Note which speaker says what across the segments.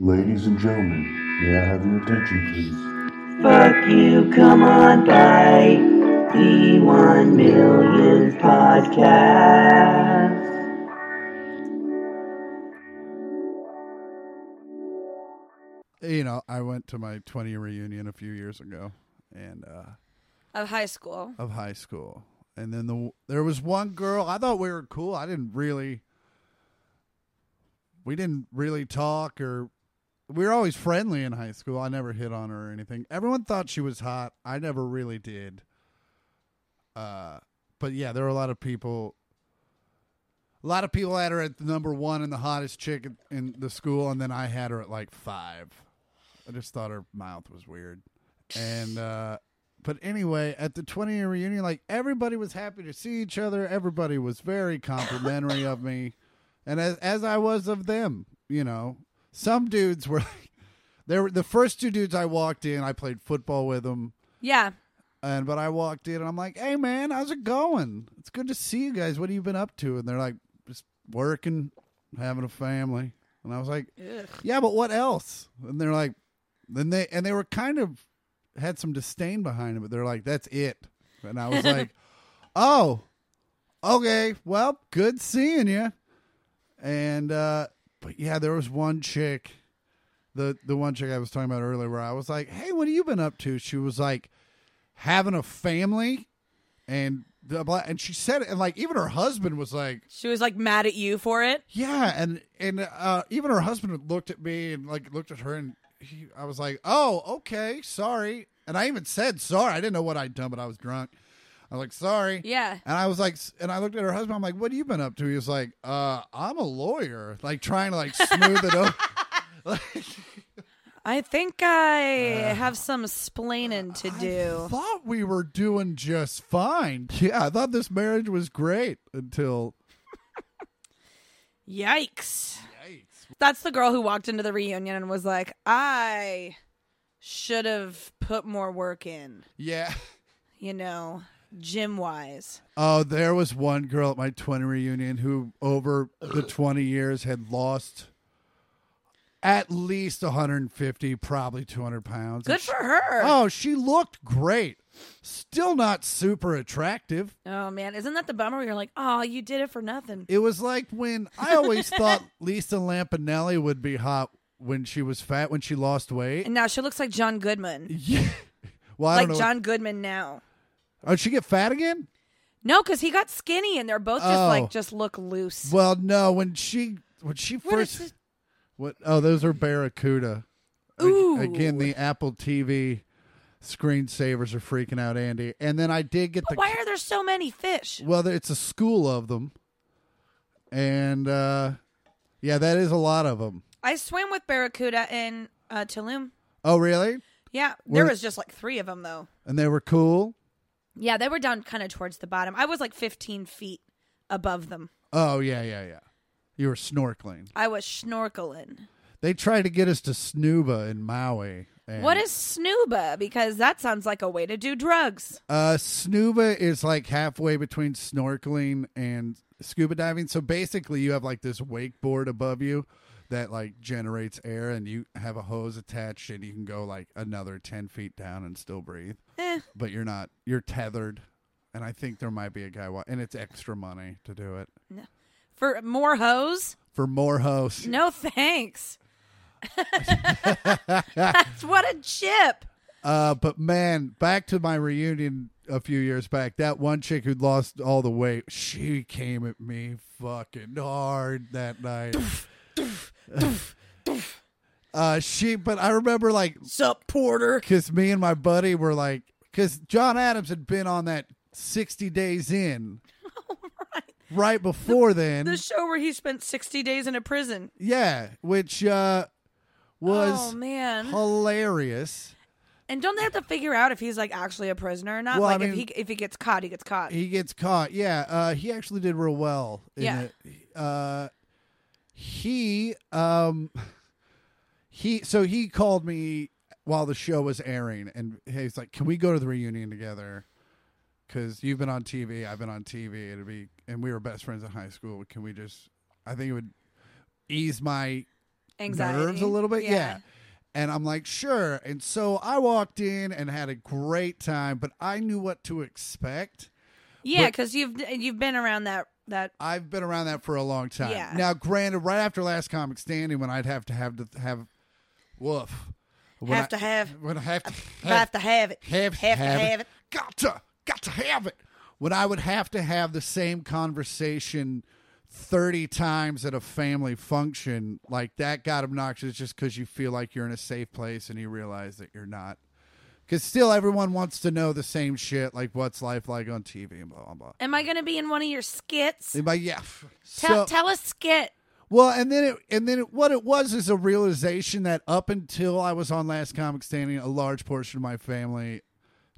Speaker 1: Ladies and gentlemen, may I have your attention, please?
Speaker 2: Fuck you, come on by the One Million Podcast.
Speaker 3: you know, I went to my 20 reunion a few years ago and uh
Speaker 4: of high school.
Speaker 3: of high school. And then the there was one girl, I thought we were cool. I didn't really we didn't really talk or we were always friendly in high school. I never hit on her or anything. Everyone thought she was hot. I never really did. Uh but yeah, there were a lot of people a lot of people had her at the number 1 and the hottest chick in- in the school and then I had her at like 5. I just thought her mouth was weird. And uh but anyway, at the 20 year reunion, like everybody was happy to see each other. Everybody was very complimentary of me. And as as I was of them, you know. Some dudes were like they were the first two dudes I walked in, I played football with them.
Speaker 4: Yeah.
Speaker 3: And but I walked in and I'm like, "Hey man, how's it going? It's good to see you guys. What have you been up to?" And they're like, "Just working, having a family." And I was like, "Yeah, but what else?" And they're like, then they and they were kind of had some disdain behind it, but they're like, "That's it." And I was like, "Oh, okay. Well, good seeing you." And uh but yeah, there was one chick, the the one chick I was talking about earlier, where I was like, "Hey, what have you been up to?" She was like having a family and the blah, and she said it and like even her husband was like
Speaker 4: She was like mad at you for it.
Speaker 3: yeah and and uh even her husband looked at me and like looked at her and he, i was like oh okay sorry and i even said sorry i didn't know what i'd done but i was drunk i was like sorry
Speaker 4: Yeah.
Speaker 3: and i was like s- and i looked at her husband i'm like what have you been up to he was like uh i'm a lawyer like trying to like smooth it over like
Speaker 4: I think I have some splaining to
Speaker 3: I
Speaker 4: do.
Speaker 3: thought we were doing just fine. Yeah, I thought this marriage was great until.
Speaker 4: Yikes. That's the girl who walked into the reunion and was like, I should have put more work in,
Speaker 3: Yeah.
Speaker 4: you know, gym wise.
Speaker 3: Oh, there was one girl at my 20 reunion who, over the 20 years, had lost at least 150, probably 200 pounds.
Speaker 4: Good
Speaker 3: And
Speaker 4: for her.
Speaker 3: she- oh, she looked great. Still not super attractive.
Speaker 4: Oh, man. Isn't that the bummer where you're like, oh, you did it for nothing?
Speaker 3: It was like when I always thought Lisa Lampanelli would be hot when she was fat, when she lost weight.
Speaker 4: And now she looks like John Goodman.
Speaker 3: Yeah. Well, I don't
Speaker 4: Like
Speaker 3: know.
Speaker 4: John Goodman now.
Speaker 3: Oh, did she get fat again?
Speaker 4: No, because he got skinny and they're both just
Speaker 3: Oh.
Speaker 4: like, just look loose.
Speaker 3: Well, no. When she when she
Speaker 4: What is
Speaker 3: first
Speaker 4: this?
Speaker 3: what? Oh, those are Barracuda. A-
Speaker 4: Ooh.
Speaker 3: Again, the Apple TV screensavers are freaking out Andy. And then I did get
Speaker 4: But
Speaker 3: the
Speaker 4: why are there so many fish?
Speaker 3: well, there- it's a school of them, and uh yeah, that is a lot of them.
Speaker 4: I swam with barracuda in uh, Tulum.
Speaker 3: Oh, really?
Speaker 4: Yeah, there
Speaker 3: Were-
Speaker 4: was just like three of them though.
Speaker 3: And they were cool.
Speaker 4: Yeah, they were down kind of towards the bottom. I was like 15 feet above them.
Speaker 3: Oh yeah, yeah, yeah. You were snorkeling.
Speaker 4: I was snorkeling.
Speaker 3: They tried to get us to Snuba in Maui. And
Speaker 4: What is snooba? Because that sounds like a way to do drugs.
Speaker 3: Uh, snuba is like halfway between snorkeling and scuba diving. So basically, you have like this wakeboard above you that like generates air, and you have a hose attached, and you can go like another ten feet down and still breathe.
Speaker 4: Eh.
Speaker 3: But you're not you're tethered, and I think there might be a guy. Wa- and it's extra money to do it
Speaker 4: For more hoes?
Speaker 3: for more hose.
Speaker 4: No thanks. That's what a chip.
Speaker 3: Uh, but man, back to my reunion a few years back. That one chick who lost all the weight, she came at me fucking hard that night. uh, she, but I remember like
Speaker 4: Sup, Porter?
Speaker 3: because me and my buddy were like, because John Adams had been on that sixty days in. Right before then,
Speaker 4: The show where he spent 60 days in a prison.
Speaker 3: yeah, which uh,
Speaker 4: oh,
Speaker 3: was
Speaker 4: man.
Speaker 3: hilarious.
Speaker 4: And don't they have to figure out if he's like actually a prisoner or not?
Speaker 3: Well, I
Speaker 4: like if he
Speaker 3: mean-
Speaker 4: if he gets caught, he gets caught.
Speaker 3: he gets caught. Yeah, uh, he actually did real well. In
Speaker 4: Yeah.
Speaker 3: it. Uh, he um, he so he called me while the show was airing, and he's like, "Can we go to the reunion together?" Because you've been on TV, I've been on TV. It'd be, and we were best friends in high school. Can we just? I think it would ease my
Speaker 4: Anxiety.
Speaker 3: nerves a little bit. Yeah. And I'm like, sure. And so I walked in and had a great time, but I knew what to expect.
Speaker 4: Yeah,
Speaker 3: But-
Speaker 4: because you've you've been around that that
Speaker 3: I've been around that for a long time.
Speaker 4: Yeah.
Speaker 3: Now, granted, right after last comic standing, when I'd have to have to have, woof, when
Speaker 4: have
Speaker 3: I-
Speaker 4: to have
Speaker 3: when I have to
Speaker 4: have to have it
Speaker 3: have,
Speaker 4: have to have it.
Speaker 3: Got to, got to have it. When I would have to have the same conversation 30 times at a family function, like that got obnoxious just because you feel like you're in a safe place and you realize that you're not. Because still, everyone wants to know the same shit, like what's life like on TV and blah, blah, blah.
Speaker 4: Am I going to be in one of your skits?
Speaker 3: They're like, yeah. So-
Speaker 4: Tell tell a skit.
Speaker 3: well, and then it, and then it, what it was is a realization that up until I was on Last Comic Standing, a large portion of my family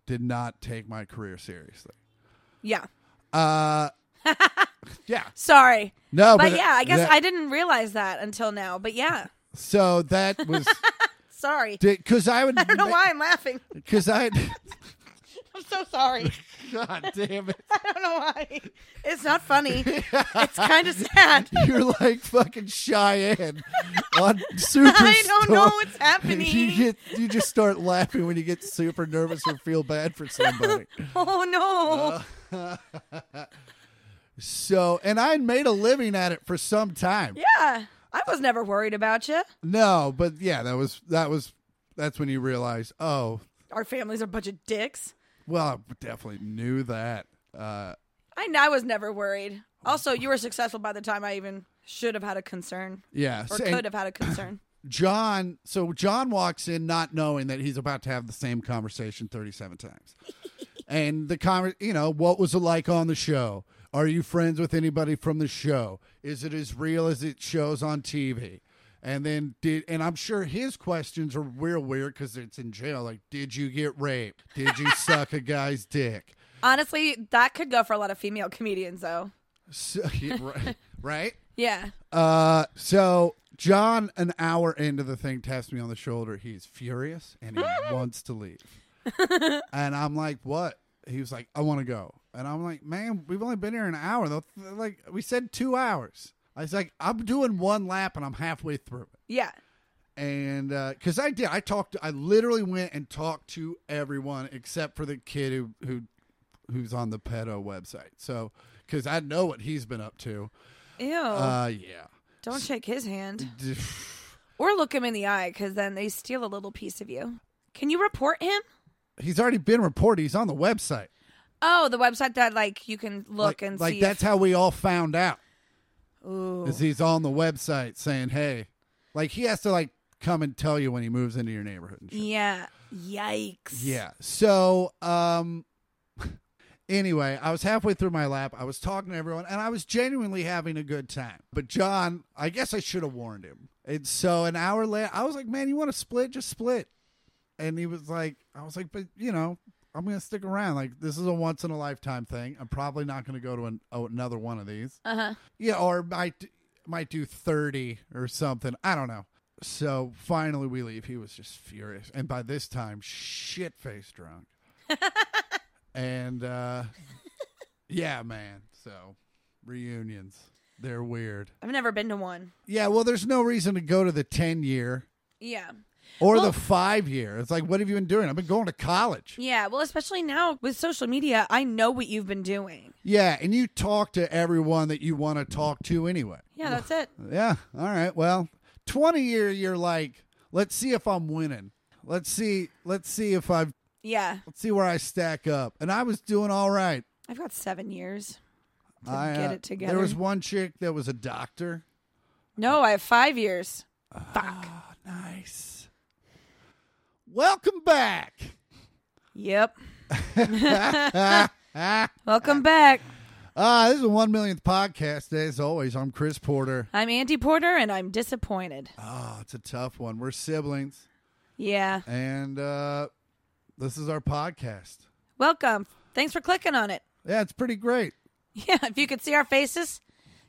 Speaker 3: did not take my career seriously.
Speaker 4: Yeah.
Speaker 3: Uh, yeah,
Speaker 4: Sorry.
Speaker 3: no,
Speaker 4: but,
Speaker 3: Oh, but,
Speaker 4: yeah, I guess
Speaker 3: that-
Speaker 4: I didn't realize that until now. But yeah.
Speaker 3: So that was
Speaker 4: Sorry.
Speaker 3: because I would.
Speaker 4: I don't know why I'm laughing.
Speaker 3: Because I.
Speaker 4: I'm so sorry.
Speaker 3: God damn it!
Speaker 4: I don't know why. It's not funny. It's kind of sad.
Speaker 3: You're like fucking Cheyenne on Superstore.
Speaker 4: I don't know what's
Speaker 3: You
Speaker 4: happening.
Speaker 3: get you just start laughing when you get super nervous or feel bad for somebody.
Speaker 4: Oh
Speaker 3: Uh.
Speaker 4: no.
Speaker 3: So, and I had made a living at it for some time.
Speaker 4: yeah. I was never worried about you.
Speaker 3: No, but yeah, that was that was that's when you realize, oh,
Speaker 4: Our families are a bunch of dicks.
Speaker 3: well, I definitely knew that. Uh,
Speaker 4: I I was never worried. Also, you were successful by the time I even should have had a concern
Speaker 3: yeah,
Speaker 4: or
Speaker 3: so- and
Speaker 4: could have had a concern.
Speaker 3: John. So John walks in not knowing that he's about to have the same conversation thirty-seven times, and the con- you know, what was it like on the show? Are you friends with anybody from the show? Is it as real as it shows on TV? And then did and I'm sure his questions are real weird because it's in jail. Like, did you get raped? Did you suck a guy's dick?
Speaker 4: Honestly, that could go for a lot of female comedians though.
Speaker 3: So, yeah, right, right?
Speaker 4: Yeah.
Speaker 3: Uh, so John, an hour into the thing, taps me on the shoulder. He's furious and he wants to leave. and I'm like, "What?" He was like, "I want to go." And I'm like, "Man, we've only been here an hour. Though, like we said, two hours." I was like, "I'm doing one lap and I'm halfway through it."
Speaker 4: Yeah.
Speaker 3: And because I did, I talked. I literally went and talked to everyone except for the kid who who who's on the pedo website. So because I know what he's been up to.
Speaker 4: Ew.
Speaker 3: Uh, yeah.
Speaker 4: Don't shake his hand. Or look him in the eye because then they steal a little piece of you. Can you report him?
Speaker 3: he's already been reported. He's on the website.
Speaker 4: Oh, the website that like you can look
Speaker 3: like,
Speaker 4: and
Speaker 3: like
Speaker 4: see.
Speaker 3: that's how we all found out.
Speaker 4: if, ooh.
Speaker 3: Is he's on the website saying, "Hey," like he has to like come and tell you when he moves into your neighborhood. And shit.
Speaker 4: Yeah. Yikes.
Speaker 3: Yeah. So, um, anyway, I was halfway through my lap. I was talking to everyone, and I was genuinely having a good time. But John, I guess I should have warned him. And so, an hour later, I was like, "Man, you want to split? Just split." And he was like, "I was like, but you know." I'm gonna stick around. Like this is a once in a lifetime thing. I'm probably not gonna go to an, oh, another one of these.
Speaker 4: Uh huh.
Speaker 3: Yeah, or might might do thirty or something. I don't know. So finally we leave. He was just furious, and by this time, shit face drunk. and uh, yeah, man. So reunions, they're weird.
Speaker 4: I've never been to one.
Speaker 3: Yeah, well, there's no reason to go to the ten year
Speaker 4: Yeah.
Speaker 3: or
Speaker 4: Well-
Speaker 3: the five year. It's like, what have you been doing? I've been going to college.
Speaker 4: Yeah. Well, especially now with social media, I know what you've been doing.
Speaker 3: Yeah, and you talk to everyone that you want to talk to anyway.
Speaker 4: Yeah, that's it.
Speaker 3: Yeah. All right. Well, 20 year you're like, let's see if I'm winning. Let's see let's see if I've
Speaker 4: Yeah.
Speaker 3: let's see where I stack up. And I was doing all right.
Speaker 4: I've got seven years.
Speaker 3: I uh,
Speaker 4: get it together.
Speaker 3: There was one chick that was a doctor.
Speaker 4: No, I have five years. Fuck.
Speaker 3: Oh, nice. Welcome back.
Speaker 4: Yep. Welcome back.
Speaker 3: Ah, this is the one millionth podcast. As always, I'm Chris Porter.
Speaker 4: I'm Andy Porter and I'm disappointed.
Speaker 3: Oh, it's a tough one. We're siblings.
Speaker 4: Yeah.
Speaker 3: And uh this is our podcast.
Speaker 4: Welcome. Thanks for clicking on it.
Speaker 3: Yeah, it's pretty great.
Speaker 4: Yeah, if you could see our faces,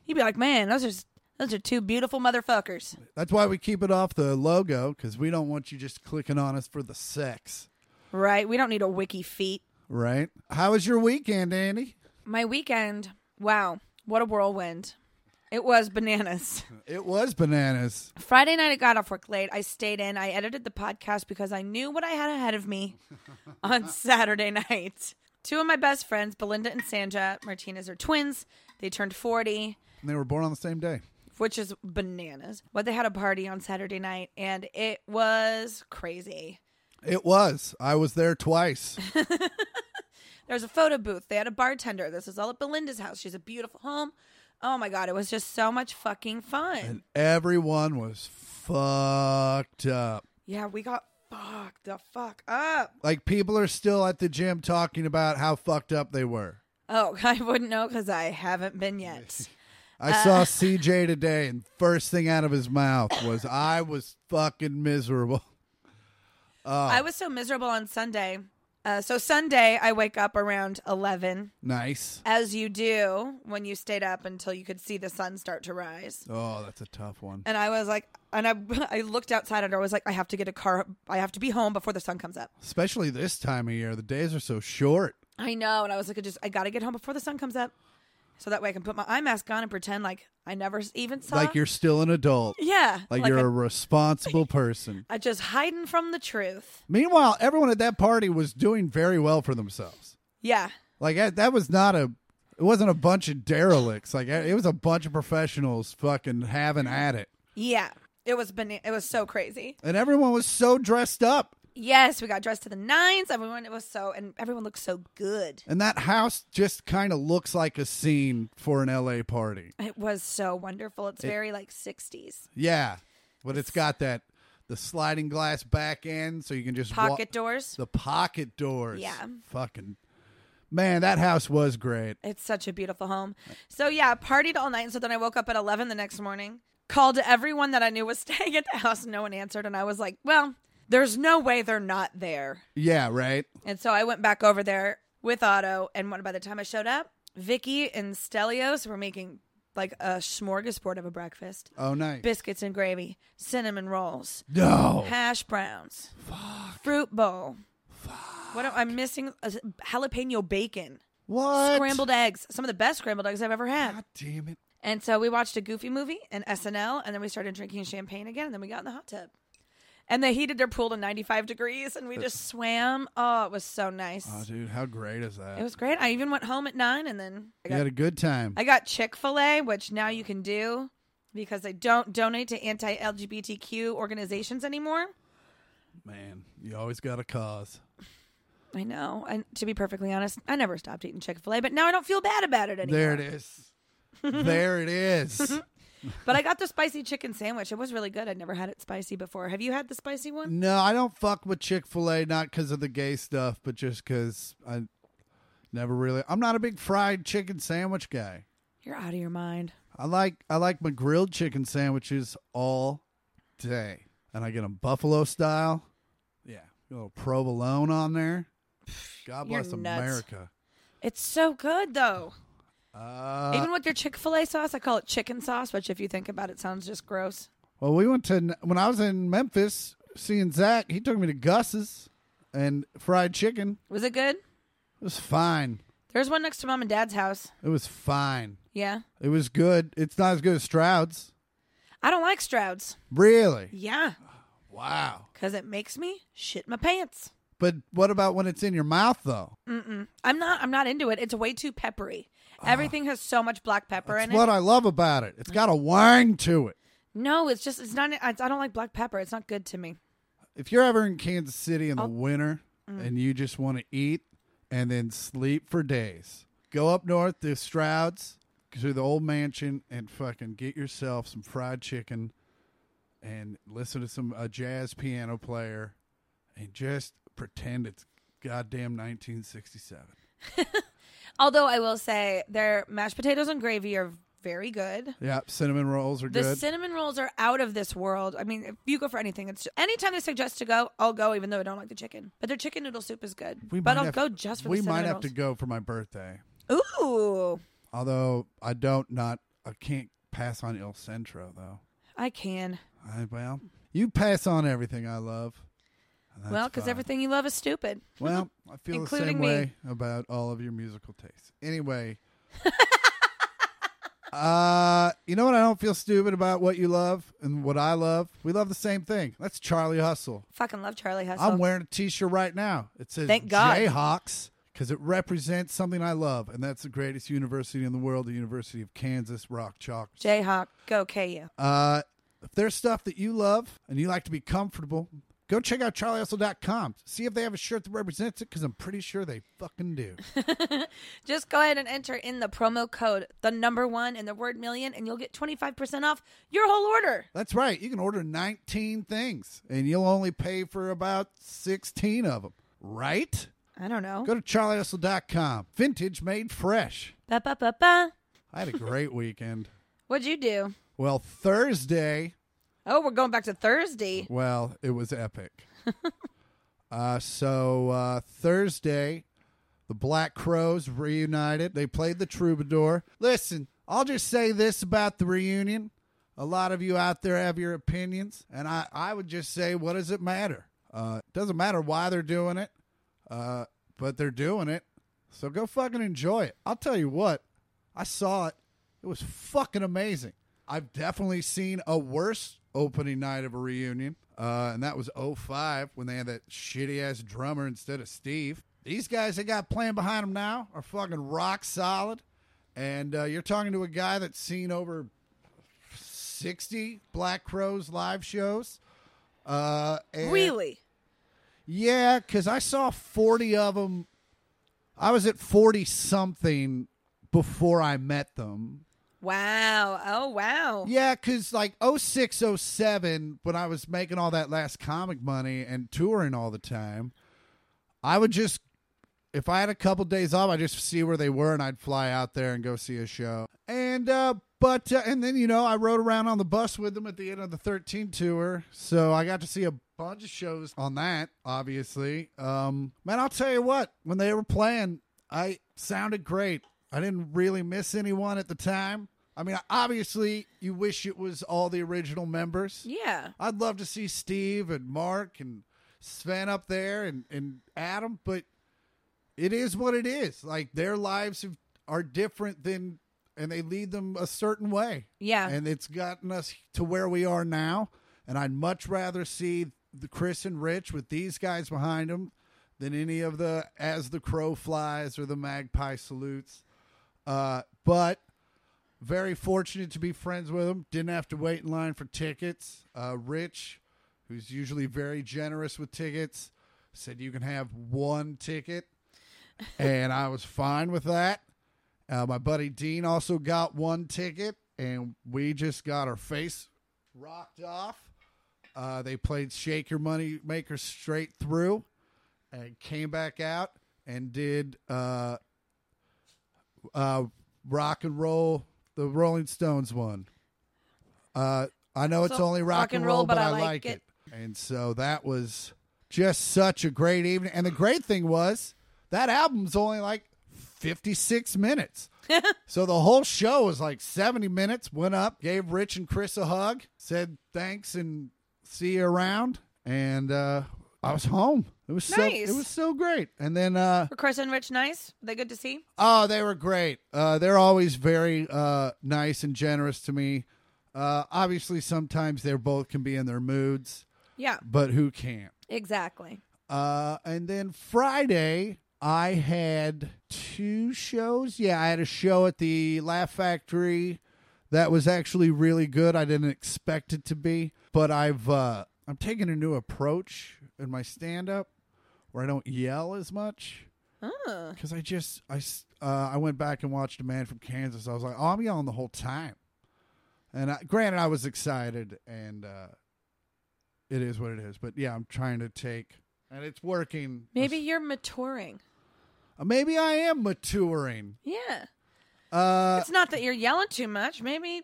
Speaker 4: you'd be like, "Man, those are those are two beautiful motherfuckers."
Speaker 3: That's why we keep it off the logo because we don't want you just clicking on us for the sex,
Speaker 4: Right? We don't need a wiki feet.
Speaker 3: right? How was your weekend, Andy?
Speaker 4: My weekend. Wow, what a whirlwind. It was bananas.
Speaker 3: It was bananas.
Speaker 4: Friday night, I got off work late. I stayed in. I edited the podcast because I knew what I had ahead of me on Saturday night. Two of my best friends, Belinda and Sanja Martinez, are twins. They turned 40,
Speaker 3: And they were born on the same day.
Speaker 4: which is bananas. But they had a party on Saturday night, and it was crazy.
Speaker 3: It was. I was there twice.
Speaker 4: There was a photo booth. They had a bartender. This is all at Belinda's house. She's a beautiful home. Oh my God, it was just so much fucking fun.
Speaker 3: and everyone was fucked up.
Speaker 4: yeah, we got fucked the fuck up.
Speaker 3: Like people are still at the gym talking about how fucked up they were.
Speaker 4: Oh, I wouldn't know because I haven't been yet.
Speaker 3: I saw CJ today, and first thing out of his mouth was, "I was fucking miserable."
Speaker 4: I was so miserable on Sunday. Uh, so Sunday, I wake up around 11,
Speaker 3: Nice.
Speaker 4: as you do when you stayed up until you could see the sun start to rise.
Speaker 3: Oh, that's a tough one.
Speaker 4: And I was like, and I, I looked outside and I was like, I have to get a car. I have to be home before the sun comes up.
Speaker 3: Especially this time of year, the days are so short.
Speaker 4: I know. And I was like, I just, I got to get home before the sun comes up so that way I can put my eye mask on and pretend like I never s- even saw.
Speaker 3: Like you're still an adult.
Speaker 4: yeah.
Speaker 3: Like, you're
Speaker 4: I-
Speaker 3: a responsible person.
Speaker 4: I just hiding from the truth.
Speaker 3: Meanwhile, everyone at that party was doing very well for themselves.
Speaker 4: Yeah.
Speaker 3: Like I, that was not a, it wasn't a bunch of derelicts. Like it was a bunch of professionals fucking having at it,
Speaker 4: Yeah. It was bana- it was so crazy.
Speaker 3: and everyone was so dressed up.
Speaker 4: Yes, we got dressed to the nines. Everyone it was so and everyone looked so good.
Speaker 3: And that house just kind of looks like a scene for an LA party.
Speaker 4: It was so wonderful. It's very like 60s.
Speaker 3: Yeah, but it's got that the sliding glass back end, so you can just wa-
Speaker 4: Pocket doors.
Speaker 3: the pocket doors.
Speaker 4: Yeah.
Speaker 3: fucking man, that house was great.
Speaker 4: It's such a beautiful home. So yeah, partied all night and so then I woke up at 11 the next morning. Called everyone that I knew was staying at the house, no one answered and I was like, "Well, there's no way they're not there."
Speaker 3: Yeah, right.
Speaker 4: And so I went back over there with Otto, and when, by the time I showed up, Vicky and Stelios were making like a smorgasbord of a breakfast:
Speaker 3: Oh, nice.
Speaker 4: biscuits and gravy, cinnamon rolls,
Speaker 3: no.
Speaker 4: hash browns, fruit bowl. What am, I'm missing? A s- jalapeno bacon,
Speaker 3: What?
Speaker 4: scrambled eggs. Some of the best scrambled eggs I've ever had.
Speaker 3: God damn it.
Speaker 4: And so we watched a goofy movie and SNL, and then we started drinking champagne again. And then we got in the hot tub. And they heated their pool to 95 degrees, and we just swam. Oh, it was so nice.
Speaker 3: Oh, dude, how great is that?
Speaker 4: It was great. I even went home at nine, and then I
Speaker 3: you had
Speaker 4: got,
Speaker 3: a good time.
Speaker 4: I got Chick Fil A, which now you can do because they don't donate to anti-LGBTQ organizations anymore.
Speaker 3: Man, you always got a cause.
Speaker 4: I know, and to be perfectly honest, I never stopped eating Chick Fil A, but now I don't feel bad about it anymore.
Speaker 3: There it is. there it is.
Speaker 4: But I got the spicy chicken sandwich. It was really good. I'd never had it spicy before. Have you had the spicy one?
Speaker 3: No, I don't fuck with Chick fil A, not because of the gay stuff, but just because I never really. I'm not a big fried chicken sandwich guy.
Speaker 4: You're out of your mind.
Speaker 3: I like I like my grilled chicken sandwiches all day, and I get them buffalo style. Yeah, a little provolone on there. God
Speaker 4: You're
Speaker 3: bless
Speaker 4: nuts.
Speaker 3: America.
Speaker 4: It's so good though.
Speaker 3: Uh,
Speaker 4: even with your Chick Fil A sauce, I call it chicken sauce, which if you think about it, sounds just gross.
Speaker 3: Well, we went to when I was in Memphis seeing Zach. He took me to Gus's and fried chicken.
Speaker 4: Was it good?
Speaker 3: It was fine.
Speaker 4: There's one next to mom and dad's house.
Speaker 3: It was fine.
Speaker 4: Yeah.
Speaker 3: It was good. It's not as good as Stroud's.
Speaker 4: I don't like Stroud's.
Speaker 3: Really?
Speaker 4: Yeah,
Speaker 3: Wow.
Speaker 4: because it makes me shit my pants.
Speaker 3: But what about when it's in your mouth though?
Speaker 4: I'm not. I'm not into it. It's way too peppery. Everything has so much black pepper
Speaker 3: Ah. That's
Speaker 4: in
Speaker 3: what
Speaker 4: it.
Speaker 3: I love about it. It's got a wang to it.
Speaker 4: no, it's just. It's not. It's, I don't like black pepper. It's not good to me.
Speaker 3: If you're ever in Kansas City
Speaker 4: Oh.
Speaker 3: in the winter
Speaker 4: Mm.
Speaker 3: and you just want to eat and then sleep for days, go up north to Stroud's to the old mansion and fucking get yourself some fried chicken and listen to some a jazz piano player and just pretend it's goddamn 1967.
Speaker 4: Although I will say their mashed potatoes and gravy are very good.
Speaker 3: Yep, cinnamon rolls are
Speaker 4: The
Speaker 3: good.
Speaker 4: cinnamon rolls are out of this world. I mean, if you go for anything, it's anytime they suggest to go, I'll go, even though I don't like the chicken. But their chicken noodle soup is good. but
Speaker 3: might
Speaker 4: I'll
Speaker 3: have-
Speaker 4: go just for
Speaker 3: We
Speaker 4: the cinnamon
Speaker 3: might have
Speaker 4: rolls.
Speaker 3: to go for my birthday.
Speaker 4: Ooh,
Speaker 3: Although I don't not I can't pass on El Centro though.
Speaker 4: I can.
Speaker 3: I, well, you pass on everything I love. and that's
Speaker 4: well, because
Speaker 3: fine.
Speaker 4: everything you love is stupid.
Speaker 3: Well, I feel the same
Speaker 4: Including me.
Speaker 3: way about all of your musical tastes. Anyway, Uh, you know what? I don't feel stupid about what you love and what I love. We love the same thing. That's Charlie Hustle.
Speaker 4: Fucking love Charlie Hustle.
Speaker 3: I'm wearing a T-shirt right now. It says
Speaker 4: Thank God.
Speaker 3: Jayhawks because it represents something I love, and that's the greatest university in the world, the University of Kansas Rock Chalk.
Speaker 4: Jayhawk, go KU.
Speaker 3: Uh, if there's stuff that you love and you like to be comfortable, go check out charliehustle.com. See if they have a shirt that represents it because I'm pretty sure they fucking do.
Speaker 4: Just go ahead and enter in the promo code, the number one and the word million, and you'll get 25% off your whole order.
Speaker 3: That's right. You can order 19 things and you'll only pay for about 16 of them, right?
Speaker 4: I don't know.
Speaker 3: Go to charliehustle.com. Vintage made fresh.
Speaker 4: Ba, ba, ba, ba.
Speaker 3: I had a great weekend.
Speaker 4: What'd you do?
Speaker 3: Well, Thursday,
Speaker 4: Oh, we're going back to Thursday.
Speaker 3: well, it was epic. uh, so uh, Thursday, the Black Crows reunited. They played the Troubadour. Listen, I'll just say this about the reunion. A lot of you out there have your opinions, and I, I would just say, what does it matter? Uh, it doesn't matter why they're doing it, uh, but they're doing it. So go fucking enjoy it. I'll tell you what, I saw it. It was fucking amazing. I've definitely seen a worse opening night of a reunion, uh, and that was 05 when they had that shitty ass drummer instead of Steve. These guys they got playing behind them now are fucking rock solid, and uh, you're talking to a guy that's seen over 60 Black Crows live shows. Uh, and
Speaker 4: Really?
Speaker 3: yeah, because I saw 40 of them. I was at 40 something before I met them.
Speaker 4: Wow. Oh, wow.
Speaker 3: Yeah, because like 06, 07, when I was making all that last comic money and touring all the time, I would just, if I had a couple days off, I'd just see where they were and I'd fly out there and go see a show. And, uh, but, uh, and then, you know, I rode around on the bus with them at the end of the 13 tour. So I got to see a bunch of shows on that, obviously. Um, man, I'll tell you what, when they were playing, I sounded great. I didn't really miss anyone at the time. I mean, obviously, you wish it was all the original members.
Speaker 4: Yeah.
Speaker 3: I'd love to see Steve and Mark and Sven up there and, and Adam, but it is what it is. Like their lives have, are different than, and they lead them a certain way.
Speaker 4: Yeah.
Speaker 3: And it's gotten us to where we are now. And I'd much rather see the Chris and Rich with these guys behind them than any of the As the Crow Flies or the Magpie Salutes. Uh, but very fortunate to be friends with him. Didn't have to wait in line for tickets. Uh, Rich, who's usually very generous with tickets, said you can have one ticket, and I was fine with that. Uh, my buddy Dean also got one ticket, and we just got our face rocked off. Uh, they played Shake Your Money Maker straight through and came back out and did uh, uh, rock and roll, the Rolling Stones one. Uh, I know it's
Speaker 4: So,
Speaker 3: only rock, and roll, but, I, like
Speaker 4: it.
Speaker 3: it. And so that was just such a great evening. And the great thing was that album's only like 56 minutes. So the whole show was like 70 minutes. Went up, gave Rich and Chris a hug, said thanks and see you around, and uh, I was home. It was
Speaker 4: Nice.
Speaker 3: so it was so great. And then uh,
Speaker 4: Were Chris and Rich nice? Were they good to see?
Speaker 3: oh, they were great. Uh, they're always very uh, nice and generous to me. Uh, obviously, sometimes they both can be in their moods,
Speaker 4: Yeah.
Speaker 3: but who can't?
Speaker 4: Exactly.
Speaker 3: Uh, and then Friday, I had two shows. Yeah, I had a show at the Laugh Factory that was actually really good. I didn't expect it to be, but I've uh, I'm taking a new approach in my stand up where I don't yell as much
Speaker 4: Oh.
Speaker 3: because I just I s- uh, I went back and watched a man from Kansas. I was like, oh, I'm yelling the whole time. And I, granted, I was excited, and uh, it is what it is. But yeah, I'm trying to take, and it's working.
Speaker 4: Maybe you're maturing.
Speaker 3: Uh, maybe I am maturing.
Speaker 4: Yeah.
Speaker 3: Uh,
Speaker 4: It's not that you're yelling too much. Maybe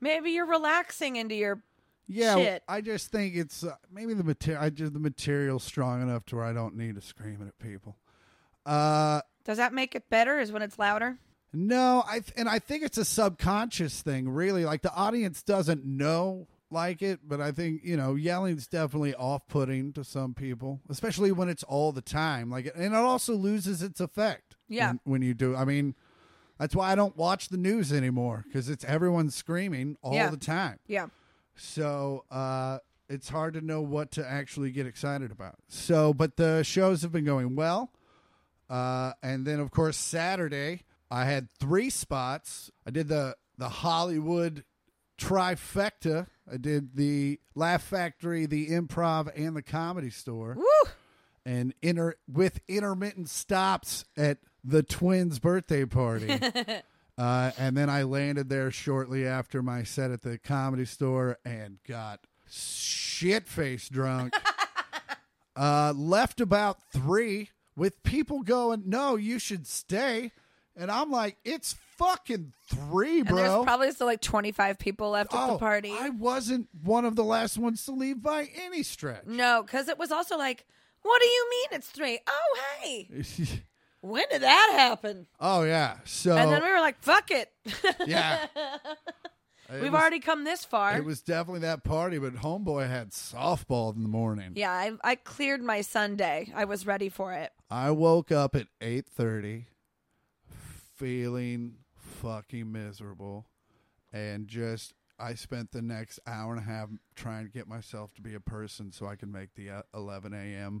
Speaker 4: maybe you're relaxing into your
Speaker 3: yeah,
Speaker 4: shit.
Speaker 3: I just think it's uh, maybe the material. I just the material's strong enough to where I don't need to scream it at people. Uh,
Speaker 4: Does that make it better is when it's louder?
Speaker 3: No, I th- and I think it's a subconscious thing, really. Like the audience doesn't know like it, but I think you know yelling's definitely off-putting to some people, especially when it's all the time. Like, and it also loses its effect.
Speaker 4: Yeah.
Speaker 3: when, when you do. I mean, That's why I don't watch the news anymore because it's everyone screaming all
Speaker 4: Yeah.
Speaker 3: the time.
Speaker 4: Yeah.
Speaker 3: So uh, it's hard to know what to actually get excited about. So, but the shows have been going well. Uh, and then, of course, Saturday, I had three spots. I did the, the Hollywood trifecta, I did the Laugh Factory, the improv, and the comedy store.
Speaker 4: Woo!
Speaker 3: And inter- with intermittent stops at the twins' birthday party. Uh, and then I landed there shortly after my set at the comedy store and got shit faced drunk. uh, left about three with people going, No, you should stay. And I'm like, It's fucking three,
Speaker 4: And
Speaker 3: bro. Oh,
Speaker 4: there's probably still like 25 people left at the party.
Speaker 3: I wasn't one of the last ones to leave by any stretch.
Speaker 4: No, because it was also like, what do you mean it's three? Oh, hey, when did that happen?
Speaker 3: oh, yeah. So,
Speaker 4: And then we were like, fuck it.
Speaker 3: yeah. It
Speaker 4: We've
Speaker 3: was-
Speaker 4: already come this far.
Speaker 3: It was definitely that party, but Homeboy had softball in the morning.
Speaker 4: yeah, I, I cleared my Sunday. I was ready for it.
Speaker 3: I woke up at 8:30 feeling fucking miserable and just I spent the next hour and a half trying to get myself to be a person so I can make the uh, 11 a.m.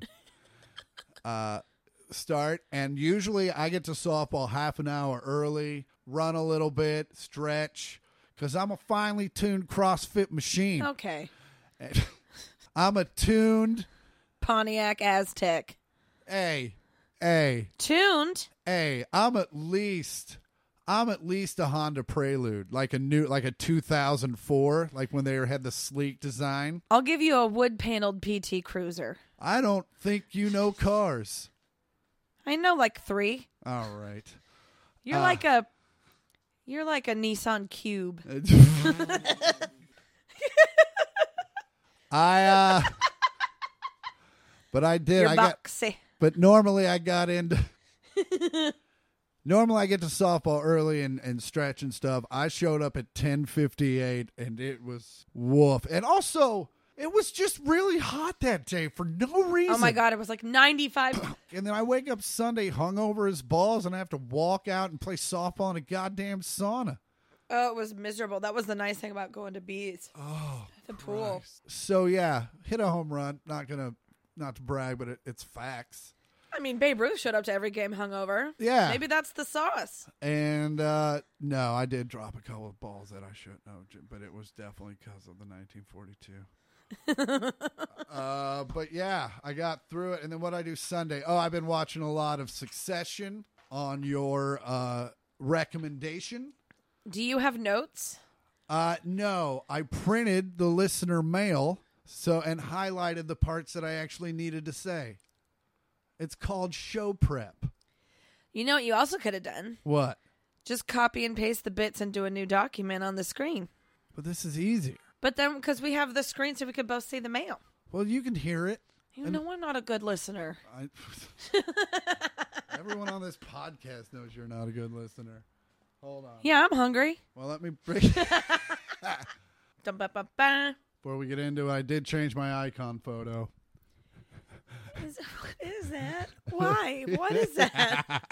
Speaker 3: uh, start. And usually I get to softball half an hour early, run a little bit, stretch, because I'm a finely tuned CrossFit machine.
Speaker 4: Okay.
Speaker 3: I'm a tuned,
Speaker 4: Pontiac Aztec.
Speaker 3: a, a,
Speaker 4: Tuned.
Speaker 3: hey, I'm at least I'm at least a Honda Prelude, like a new like a 2004, like when they had the sleek design.
Speaker 4: I'll give you a wood paneled PT Cruiser.
Speaker 3: I don't think you know cars.
Speaker 4: I know like three.
Speaker 3: All right.
Speaker 4: You're
Speaker 3: Uh.
Speaker 4: like a. You're like a Nissan Cube.
Speaker 3: I uh But I did.
Speaker 4: You're
Speaker 3: I got
Speaker 4: boxy.
Speaker 3: but normally I got into Normally I get to softball early and, and stretch and stuff. I showed up at ten fifty eight and it was woof. And also it was just really hot that day for no reason.
Speaker 4: Oh my god, it was like 95.
Speaker 3: And then I wake up Sunday hungover as balls and I have to walk out and play softball in a goddamn sauna.
Speaker 4: oh, it was miserable. That was the nice thing about going to bees.
Speaker 3: Oh
Speaker 4: The pool.
Speaker 3: So yeah, hit a home run. Not gonna not to brag, but it, it's facts.
Speaker 4: I mean, Babe Ruth showed up to every game hungover.
Speaker 3: Yeah.
Speaker 4: Maybe that's the sauce.
Speaker 3: And uh, no, I did drop a couple of balls that I shouldn't have, j- but it was definitely because of the 1942. uh, but yeah, I got through it. And then what I do Sunday? Oh, I've been watching a lot of Succession on your uh, recommendation.
Speaker 4: Do you have notes?
Speaker 3: Uh, no, I printed the listener mail so and highlighted the parts that I actually needed to say. It's called show prep.
Speaker 4: You know what you also could have done?
Speaker 3: What?
Speaker 4: Just copy and paste the bits into a new document on the screen.
Speaker 3: But this is easier.
Speaker 4: But then, because we have the screen so we could both see the mail.
Speaker 3: Well, you can hear it.
Speaker 4: You know, I'm not a good listener.
Speaker 3: I, everyone on this podcast knows you're not a good listener. Hold on.
Speaker 4: Yeah, I'm hungry.
Speaker 3: Well, let me break.
Speaker 4: Dum ba ba ba.
Speaker 3: Before we get into it, I did change my icon photo.
Speaker 4: Is- What is that? Why? What is that?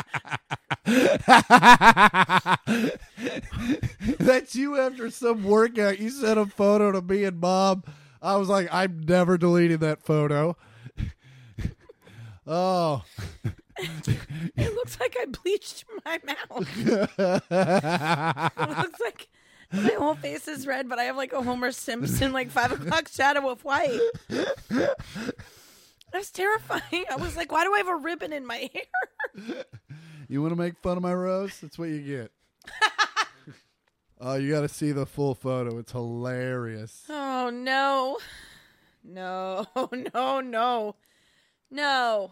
Speaker 3: That's you after some workout. You sent a photo to me and mom. I was like, I'm never deleting that photo. oh.
Speaker 4: It looks like I bleached my mouth. It looks like my whole face is red, but I have like a Homer Simpson, like five o'clock shadow of white. That's terrifying. I was like, why do I have a ribbon in my hair?
Speaker 3: You want to make fun of my roast? That's what you get. Oh, you got to see the full photo. It's hilarious.
Speaker 4: Oh, no. No, no, no. No.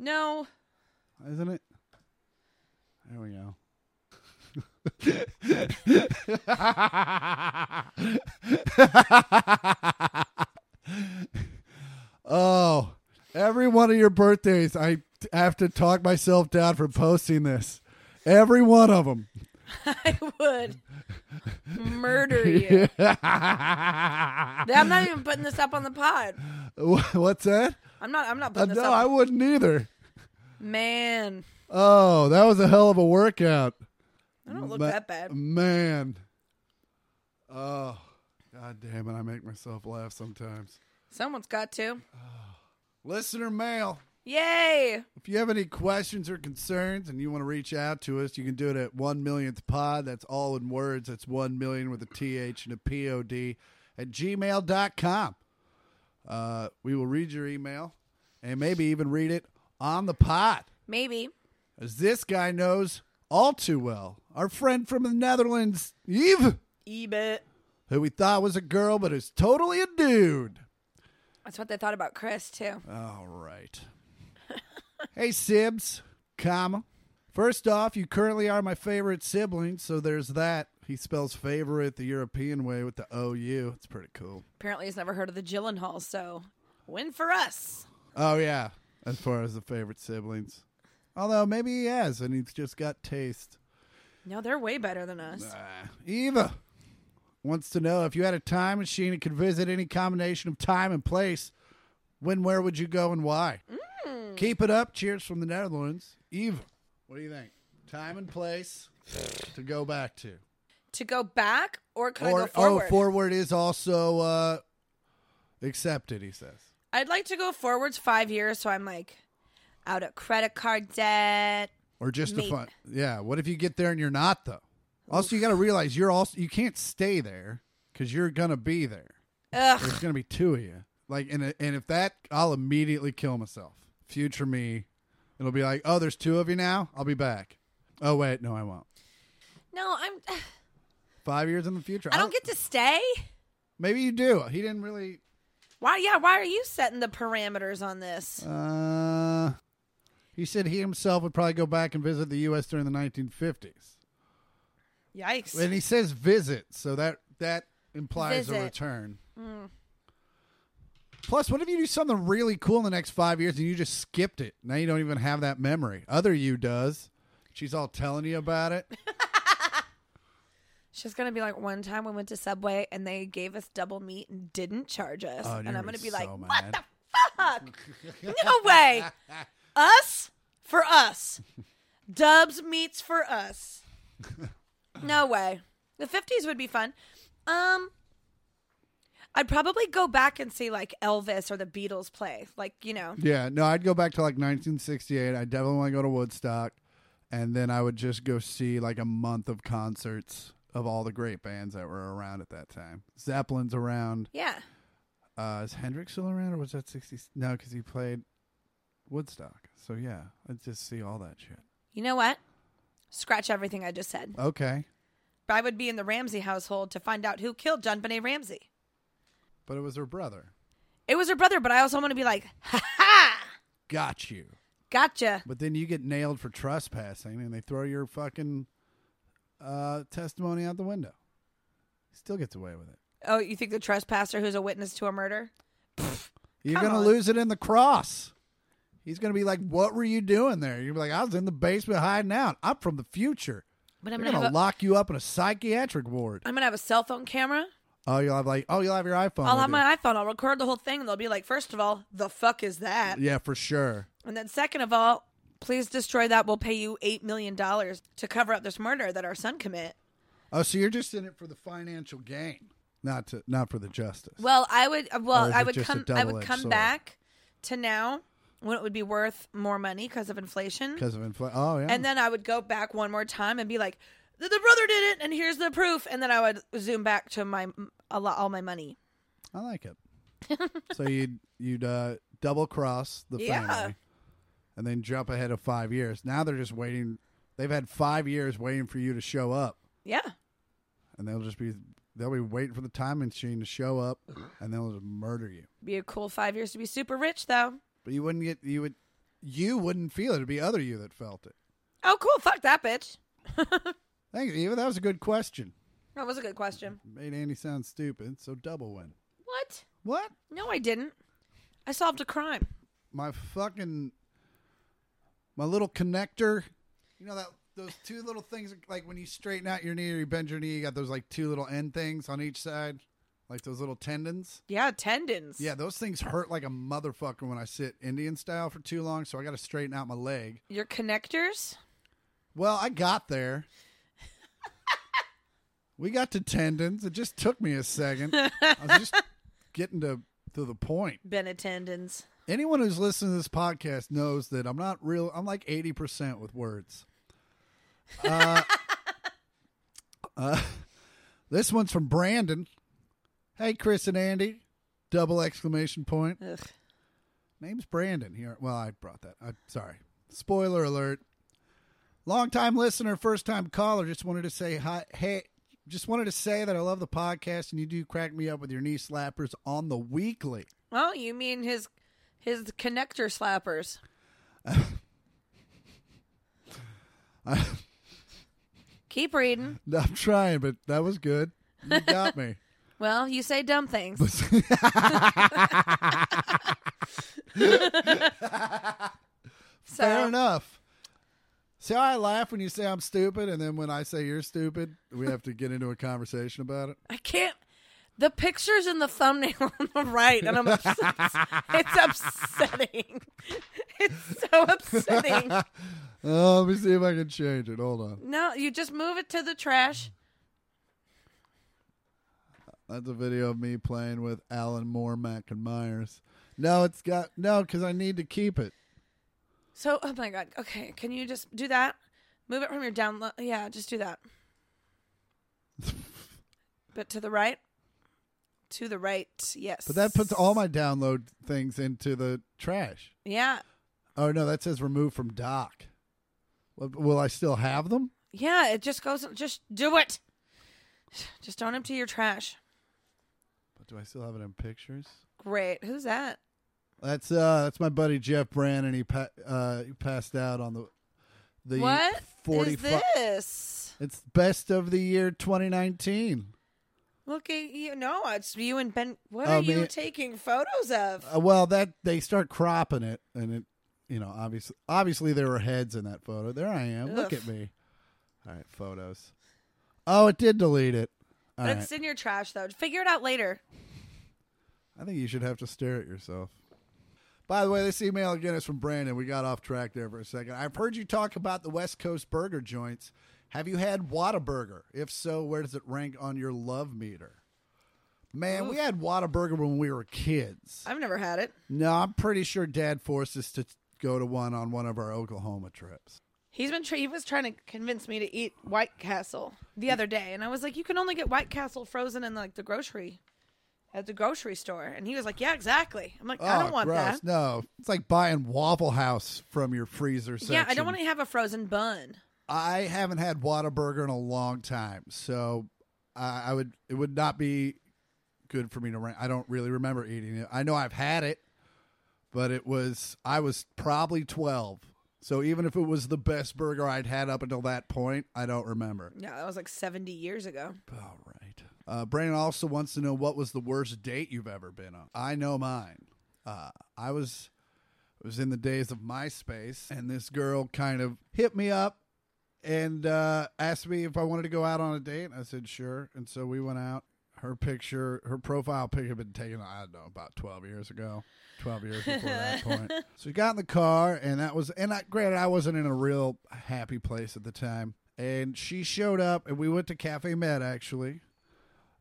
Speaker 4: No.
Speaker 3: Isn't it? There we go. oh, every one of your birthdays, I t- have to talk myself down for posting this. Every one of them.
Speaker 4: I would murder you. I'm not even putting this up on the pod.
Speaker 3: What's that?
Speaker 4: I'm not I'm not
Speaker 3: Uh,
Speaker 4: putting this
Speaker 3: no,
Speaker 4: up.
Speaker 3: I wouldn't either.
Speaker 4: Man.
Speaker 3: Oh, that was a hell of a workout.
Speaker 4: I don't look
Speaker 3: Ma-
Speaker 4: that bad.
Speaker 3: Man. Oh, god damn it. I make myself laugh sometimes.
Speaker 4: Someone's got to.
Speaker 3: Listener mail.
Speaker 4: Yay!
Speaker 3: If you have any questions or concerns and you want to reach out to us, you can do it at 1 millionth pod. That's all in words. That's 1 million with a TH and a POD at gmail.com. Uh, we will read your email and maybe even read it on the pod.
Speaker 4: Maybe.
Speaker 3: As this guy knows all too well, our friend from the Netherlands, Yves,
Speaker 4: Ebit.
Speaker 3: who we thought was a girl but is totally a dude.
Speaker 4: That's what they thought about Chris too.
Speaker 3: All right. hey, Sibs, comma. First off, you currently are my favorite sibling, so there's that. He spells favorite the European way with the OU. It's pretty cool.
Speaker 4: Apparently, he's never heard of the Gyllenhaal, so win for us.
Speaker 3: Oh, yeah, as far as the favorite siblings. Although maybe he has, and he's just got taste.
Speaker 4: No, they're way better than us.
Speaker 3: Ah, Eva wants to know if you had a time machine and could visit any combination of time and place, when, where would you go and why?
Speaker 4: Mm.
Speaker 3: Keep it up. Cheers from the Netherlands. Eva, what do you think? Time and place to go back to.
Speaker 4: To go back or can I
Speaker 3: or,
Speaker 4: go forward?
Speaker 3: oh, forward is also uh, accepted, he says.
Speaker 4: I'd like to go forwards five years, so I'm like out of credit card debt.
Speaker 3: Or just
Speaker 4: Maybe.
Speaker 3: a fun. Yeah. What if you get there and you're not, though? Also, you got to realize you're also, you can't stay there because you're going to be there.
Speaker 4: Ugh.
Speaker 3: There's gonna be two of you. Like, and and if that, I'll immediately kill myself. Future me, it'll be like, oh, there's two of you now. I'll be back. Oh wait, no, I won't.
Speaker 4: No, I'm.
Speaker 3: Five years in the future.
Speaker 4: I don't get to stay.
Speaker 3: Maybe you do. He didn't really.
Speaker 4: Why? Yeah. Why are you setting the parameters on this?
Speaker 3: Uh, he said he himself would probably go back and visit the U.S. during the 1950s.
Speaker 4: Yikes.
Speaker 3: And he says visit, so that that implies a
Speaker 4: Visit.
Speaker 3: return. Plus, what if you do something really cool in the next five years and you just skipped it? Now you don't even have that memory. Other you does. She's all telling you about it.
Speaker 4: She's gonna be like, one time we went to Subway and they gave us double meat and didn't charge us,
Speaker 3: Oh, you're
Speaker 4: and I'm
Speaker 3: gonna
Speaker 4: gonna
Speaker 3: be
Speaker 4: be like,
Speaker 3: so
Speaker 4: what
Speaker 3: mad."
Speaker 4: the fuck? no way. Us for us. Dubs meats for us. No way. The 50s would be fun. Um, I'd probably go back and see like Elvis or the Beatles play, like you know.
Speaker 3: Yeah, no, I'd go back to like 1968. I definitely want to go to Woodstock, and then I would just go see like a month of concerts of all the great bands that were around at that time. Zeppelin's around.
Speaker 4: Yeah.
Speaker 3: Uh, is Hendrix still around, or was that 60? No, because he played Woodstock. So yeah, let's just see all that shit.
Speaker 4: You know what? Scratch everything I just said.
Speaker 3: Okay,
Speaker 4: I would be in the Ramsey household to find out who killed John Benet Ramsey.
Speaker 3: but it was her brother.
Speaker 4: It was her brother, but I also want to be like, ha ha,
Speaker 3: Got you.
Speaker 4: gotcha.
Speaker 3: But then you get nailed for trespassing, and they throw your fucking uh, testimony out the window. Still gets away with it.
Speaker 4: Oh, you think the trespasser who's a witness to a murder?
Speaker 3: You're
Speaker 4: Come
Speaker 3: gonna
Speaker 4: on.
Speaker 3: lose it in the cross. He's gonna be like, "What were you doing there?" You're like, "I was in the basement hiding out. I'm from the future."
Speaker 4: But I'm
Speaker 3: They're
Speaker 4: gonna,
Speaker 3: gonna
Speaker 4: have a,
Speaker 3: lock you up in a psychiatric ward.
Speaker 4: I'm gonna have a cell phone camera.
Speaker 3: Oh, you'll have like, oh, you'll have your iPhone.
Speaker 4: I'll
Speaker 3: with
Speaker 4: have
Speaker 3: you.
Speaker 4: my iPhone. I'll record the whole thing, and they'll be like, first of all, the fuck is that?
Speaker 3: Yeah, for sure.
Speaker 4: And then second of all, please destroy that. We'll pay you eight million dollars to cover up this murder that our son commit.
Speaker 3: Oh, so you're just in it for the financial gain, not to not for the justice.
Speaker 4: Well, I would. uh,
Speaker 3: Or
Speaker 4: Well,
Speaker 3: is
Speaker 4: I
Speaker 3: it
Speaker 4: would
Speaker 3: just a
Speaker 4: come. I would
Speaker 3: double-edged
Speaker 4: come
Speaker 3: sword?
Speaker 4: back to now when it would be worth more money because of inflation.
Speaker 3: because of inflation. Oh, yeah.
Speaker 4: And then I would go back one more time and be like, the, the brother did it, and here's the proof. And then I would zoom back to my a lot, all my money.
Speaker 3: I like it. so you'd you'd uh, double cross the
Speaker 4: Yeah.
Speaker 3: family, and then jump ahead of five years. Now they're just waiting. They've had five years waiting for you to show up,
Speaker 4: Yeah.
Speaker 3: and they'll just be they'll be waiting for the time machine to show up, and they'll just murder you.
Speaker 4: Be a cool five years to be super rich, though.
Speaker 3: But you wouldn't get you would you wouldn't feel it. It'd be other you that felt it.
Speaker 4: Oh, cool. Fuck that bitch.
Speaker 3: Thank you, Eva. That was a good question.
Speaker 4: That was a good question.
Speaker 3: Made Andy sound stupid, so double win.
Speaker 4: What?
Speaker 3: What?
Speaker 4: No, I didn't. I solved a crime.
Speaker 3: my fucking my little connector. You know that those two little things like when you straighten out your knee or you bend your knee, you got those like two little end things on each side. like those little tendons.
Speaker 4: Yeah, tendons.
Speaker 3: Yeah, those things hurt like a motherfucker when I sit Indian style for too long, so I got to straighten out my leg.
Speaker 4: Your connectors?
Speaker 3: Well, I got there. we got to tendons. It just took me a second. I was just getting to to the point.
Speaker 4: Bennett tendons.
Speaker 3: Anyone who's listening to this podcast knows that I'm not real. I'm like 80% with words. Uh, uh, this one's from Brandon. Hey, Chris and Andy. Double exclamation point.
Speaker 4: Ugh.
Speaker 3: Name's Brandon here. Well, I brought that. I'm sorry. Spoiler alert. Long time listener, first time caller. Just wanted to say hi. Hey, just wanted to say that I love the podcast and you do crack me up with your knee slappers on the weekly.
Speaker 4: Oh, you mean his his connector slappers. Keep reading.
Speaker 3: I'm trying, but that was good. You got me.
Speaker 4: Well, you say dumb things. so,
Speaker 3: Fair enough. See how I laugh when you say I'm stupid, and then when I say you're stupid, we have to get into a conversation about it.
Speaker 4: I can't. The pictures in the thumbnail on the right, and I'm obs- it's upsetting. It's so upsetting.
Speaker 3: Uh, let me see if I can change it. Hold on.
Speaker 4: No, you just move it to the trash.
Speaker 3: That's a video of me playing with Alan Moore, Mac and Myers. No, it's got no because I need to keep it.
Speaker 4: So, oh my god. Okay, can you just do that? Move it from your download. Yeah, just do that. but to the right. To the right. Yes.
Speaker 3: But that puts all my download things into the trash.
Speaker 4: Yeah.
Speaker 3: Oh no, that says remove from dock. Will- Will I still have them?
Speaker 4: Yeah, it just goes just do it. Just don't empty your trash.
Speaker 3: But do I still have it in pictures?
Speaker 4: Great. Who's that?
Speaker 3: That's uh, that's my buddy Jeff Brannon. He pa- uh, he passed out on the the
Speaker 4: What is
Speaker 3: 45
Speaker 4: this?
Speaker 3: It's best of the year 2019.
Speaker 4: Look at you. No, it's you and Ben. What
Speaker 3: Oh,
Speaker 4: are you
Speaker 3: man.
Speaker 4: taking photos of?
Speaker 3: Uh, well, that they start cropping it, and it, you know, obviously, obviously there were heads in that photo. There I am. Look at
Speaker 4: Oof.
Speaker 3: me. All right, photos. Oh, it did delete it. All
Speaker 4: But
Speaker 3: right.
Speaker 4: it's in your trash though. Figure it out later.
Speaker 3: I think you should have to stare at yourself. By the way, this email again is from Brandon. We got off track there for a second. I've heard you talk about the West Coast burger joints. Have you had Whataburger? If so, where does it rank on your love meter? Man, we had Whataburger when we were kids.
Speaker 4: I've never had it.
Speaker 3: No, I'm pretty sure Dad forced us to go to one on one of our Oklahoma trips.
Speaker 4: He's been tra- he was trying to convince me to eat White Castle the other day, and I was like, "You can only get White Castle frozen in like the grocery, at the grocery store." And he was like, "Yeah, exactly." I'm like, "I don't
Speaker 3: Oh,
Speaker 4: want
Speaker 3: gross.
Speaker 4: that."
Speaker 3: No, it's like buying Waffle House from your freezer section.
Speaker 4: Yeah, I don't want to have a frozen bun.
Speaker 3: I haven't had Whataburger in a long time, so I, I would it would not be good for me to rank. I don't really remember eating it. I know I've had it, but it was I was probably twelve. So even if it was the best burger I'd had up until that point, I don't remember.
Speaker 4: Yeah, that was like 70 years ago.
Speaker 3: All right. Uh, Brandon also wants to know what was the worst date you've ever been on. I know mine. Uh, I was it was in the days of MySpace, and this girl kind of hit me up and uh, asked me if I wanted to go out on a date. I said sure, and so we went out. Her picture, her profile pic had been taken, I don't know, about 12 years ago. 12 years before that point. So we got in the car, and that was, and I, granted, I wasn't in a real happy place at the time. And she showed up, and we went to Cafe Med, actually.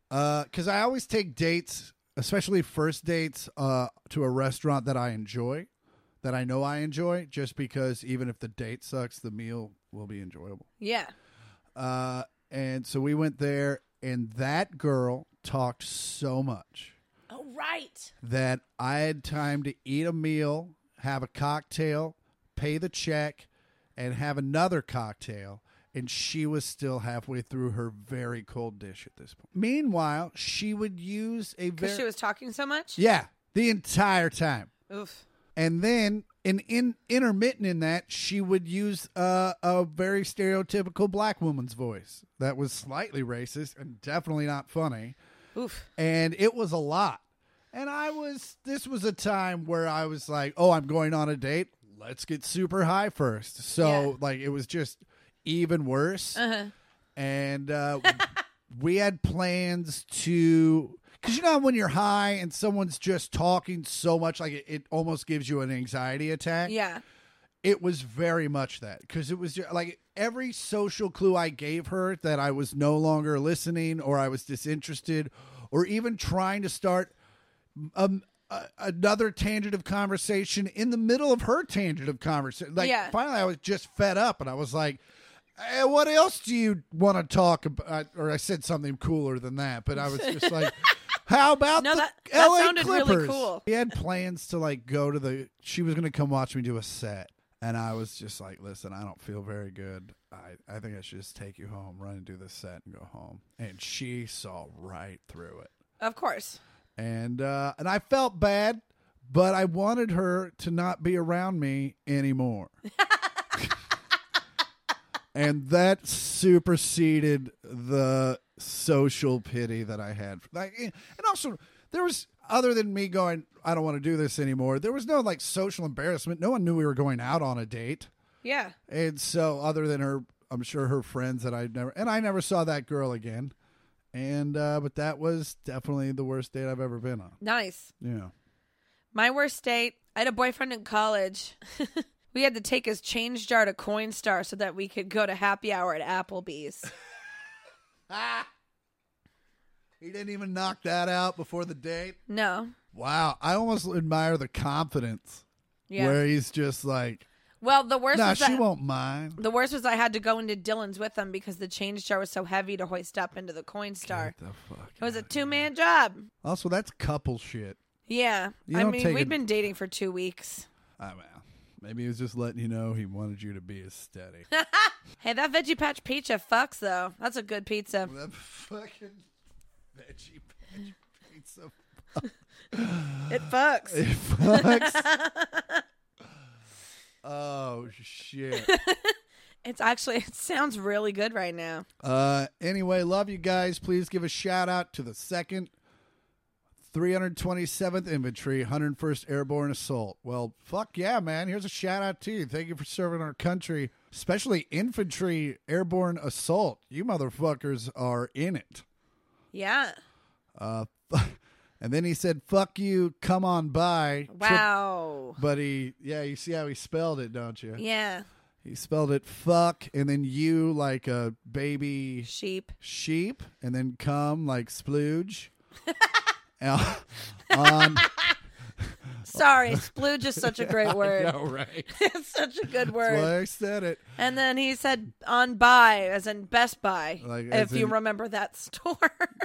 Speaker 3: Because I always take dates, especially first dates, uh, to a restaurant that I enjoy, that I know I enjoy, just because even if the date sucks, the meal will be enjoyable.
Speaker 4: Yeah.
Speaker 3: Uh, and so we went there, and that girl talked so much
Speaker 4: Oh, right.
Speaker 3: that I had time to eat a meal, have a cocktail, pay the check, and have another cocktail. And she was still halfway through her very cold dish at this point. Meanwhile, she would use a
Speaker 4: Because
Speaker 3: very
Speaker 4: she was talking so much?
Speaker 3: yeah the entire time,
Speaker 4: Oof.
Speaker 3: and then and in intermittent in that she would use uh, a very stereotypical black woman's voice that was slightly racist and definitely not funny
Speaker 4: Oof.
Speaker 3: and it was a lot. And I was, this was a time where I was like, oh, I'm going on a date. Let's get super high first. So,
Speaker 4: Yeah.
Speaker 3: like, it was just even worse. And uh, we had plans to, Because you know when you're high and someone's just talking so much, like it, it almost gives you an anxiety attack.
Speaker 4: Yeah.
Speaker 3: It was very much that because it was ju- like every social clue I gave her that I was no longer listening or I was disinterested or even trying to start um, a, another tangent of conversation in the middle of her tangent of conversation. Like
Speaker 4: Yeah.
Speaker 3: finally, I was just fed up and I was like, "Eh, "What else do you want to talk about?" Or I said something cooler than that, but I was just like. How about
Speaker 4: No,
Speaker 3: the
Speaker 4: that- that
Speaker 3: LA
Speaker 4: sounded really
Speaker 3: Clippers?
Speaker 4: cool.
Speaker 3: We had plans to like go to the. She was gonna come watch me do a set, and I was just like, "Listen, I don't feel very good. I I think I should just take you home, run and do this set, and go home." And she saw right through it,
Speaker 4: Of course.
Speaker 3: and uh, and I felt bad, but I wanted her to not be around me anymore. and that superseded the social pity that I had. Like, eh, and also there was other than me going, I don't want to do this anymore. There was no like social embarrassment. No one knew we were going out on a date,
Speaker 4: Yeah.
Speaker 3: and so other than her, I'm sure her friends that I never and I never saw that girl again. And uh, but that was definitely the worst date I've ever been on.
Speaker 4: Nice.
Speaker 3: Yeah.
Speaker 4: My worst date, I had a boyfriend in college. we had to take his change jar to Coinstar so that we could go to happy hour at Applebee's.
Speaker 3: He didn't even knock that out before the date.
Speaker 4: No.
Speaker 3: Wow. I almost admire the confidence
Speaker 4: Yeah.
Speaker 3: where he's just like,
Speaker 4: Well, the worst
Speaker 3: no,
Speaker 4: was
Speaker 3: she
Speaker 4: that
Speaker 3: won't mind.
Speaker 4: the worst was I had to go into Dylan's with him because the change jar was so heavy to hoist up into the Coinstar.
Speaker 3: Get the fuck
Speaker 4: It was a
Speaker 3: out.
Speaker 4: two man job.
Speaker 3: Also, that's couple shit.
Speaker 4: Yeah.
Speaker 3: You
Speaker 4: I
Speaker 3: don't
Speaker 4: mean,
Speaker 3: take
Speaker 4: we've
Speaker 3: a-
Speaker 4: been dating for two weeks.
Speaker 3: I Ah, well, maybe he was just letting you know he wanted you to be his steady.
Speaker 4: Hey, that veggie patch pizza fucks though. That's a good pizza.
Speaker 3: that fucking veggie patch pizza.
Speaker 4: It fucks.
Speaker 3: It fucks. oh, shit.
Speaker 4: It's actually it sounds really good right now.
Speaker 3: Uh, anyway, love you guys. Please give a shout out to the second 327th Infantry, 101st Airborne Assault. Well, fuck yeah, man. Here's a shout out to you. Thank you for serving our country, especially infantry airborne assault. You motherfuckers are in it.
Speaker 4: Yeah.
Speaker 3: Uh, and then he said, fuck you, come on by. Trip-
Speaker 4: Wow.
Speaker 3: but he, yeah, you see how he spelled it, don't you?
Speaker 4: Yeah.
Speaker 3: He spelled it fuck and then you like a baby
Speaker 4: Sheep.
Speaker 3: sheep and then come like splooge Uh, on
Speaker 4: Sorry, splooge is such a great word.
Speaker 3: right
Speaker 4: it's such a good
Speaker 3: that's
Speaker 4: word.
Speaker 3: why i said it
Speaker 4: And then he said on buy, as in Best Buy,
Speaker 3: Like,
Speaker 4: if
Speaker 3: as
Speaker 4: you
Speaker 3: in-
Speaker 4: remember that store.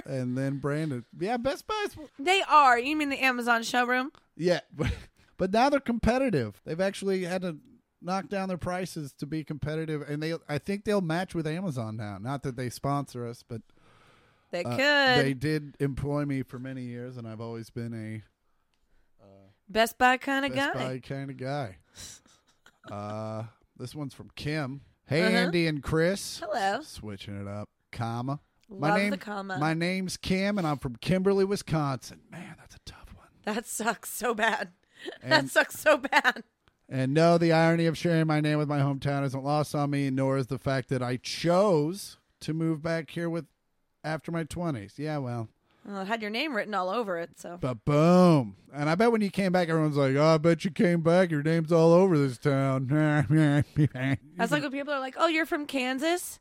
Speaker 3: and then brandon yeah best buys
Speaker 4: they are. You mean the Amazon showroom?
Speaker 3: yeah but now they're competitive they've actually had to knock down their prices to be competitive and they i think they'll match with amazon now not that they sponsor us but
Speaker 4: They
Speaker 3: uh,
Speaker 4: could.
Speaker 3: they did employ me for many years and i've always been a
Speaker 4: Best Buy kind of
Speaker 3: Best
Speaker 4: guy.
Speaker 3: Buy kind of guy. uh, this one's from Kim. Hey,
Speaker 4: Uh-huh.
Speaker 3: Andy and Chris.
Speaker 4: Hello.
Speaker 3: Switching it up. Comma.
Speaker 4: Love
Speaker 3: my name,
Speaker 4: the comma.
Speaker 3: My name's Kim, and I'm from Kimberly, Wisconsin. Man, that's a tough one.
Speaker 4: That sucks so bad. that
Speaker 3: And-
Speaker 4: sucks so bad.
Speaker 3: And no, the irony of sharing my name with my hometown isn't lost on me, nor is the fact that I chose to move back here with after my 20s. Yeah, well,
Speaker 4: Well, it had your name written all over it, so.
Speaker 3: but boom. And I bet when you came back, everyone's like, oh, I bet you came back. Your name's all over this town.
Speaker 4: That's like when people are like, "Oh, you're from Kansas?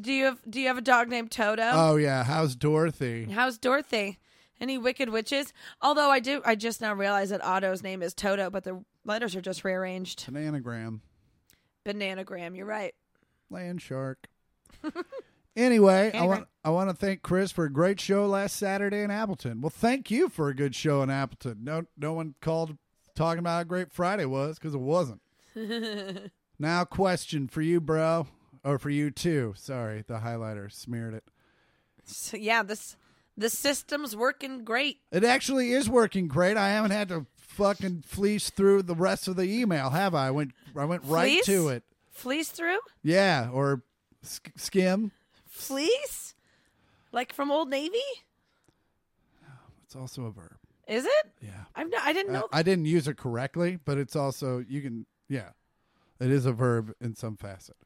Speaker 4: Do you have do you have a dog named Toto?
Speaker 3: Oh yeah, how's Dorothy?
Speaker 4: How's Dorothy? Any wicked witches? Although I do, I just now realized that Otto's name is Toto, but the letters are just rearranged.
Speaker 3: It's an anagram.
Speaker 4: Bananagram. You're right.
Speaker 3: Land shark. anyway, I
Speaker 4: Anagram.
Speaker 3: want I want to thank Chris for a great show last Saturday in Appleton. Well, thank you for a good show in Appleton. No no one called talking about how great Friday was because it wasn't. now question for you, bro. Or for you too. Sorry, the highlighter smeared it.
Speaker 4: So, yeah, this the system's working great.
Speaker 3: It actually is working great. I haven't had to fucking fleece through the rest of the email, have I? I went I went right
Speaker 4: Fleece?
Speaker 3: to it.
Speaker 4: Fleece through,
Speaker 3: Yeah, or sk- skim.
Speaker 4: fleece, like from Old Navy.
Speaker 3: It's also a verb.
Speaker 4: Is it?
Speaker 3: Yeah.
Speaker 4: I'm not, I didn't know.
Speaker 3: Uh, I didn't use it correctly, but it's also you can yeah. It is a verb in some facet.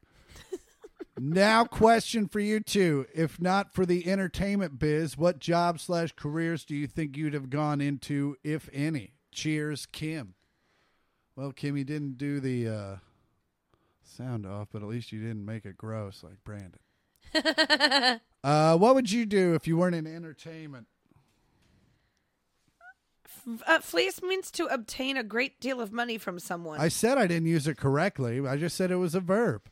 Speaker 3: Now, question for you two: If not for the entertainment biz, what job slash careers do you think you'd have gone into, if any? Cheers, Kim. Well, Kim, you didn't do the uh, sound off, but at least you didn't make it gross like Brandon. uh, what would you do if you weren't in entertainment?
Speaker 4: Uh, fleece means to obtain a great deal of money from someone.
Speaker 3: I said I didn't use it correctly. I just said it was a verb.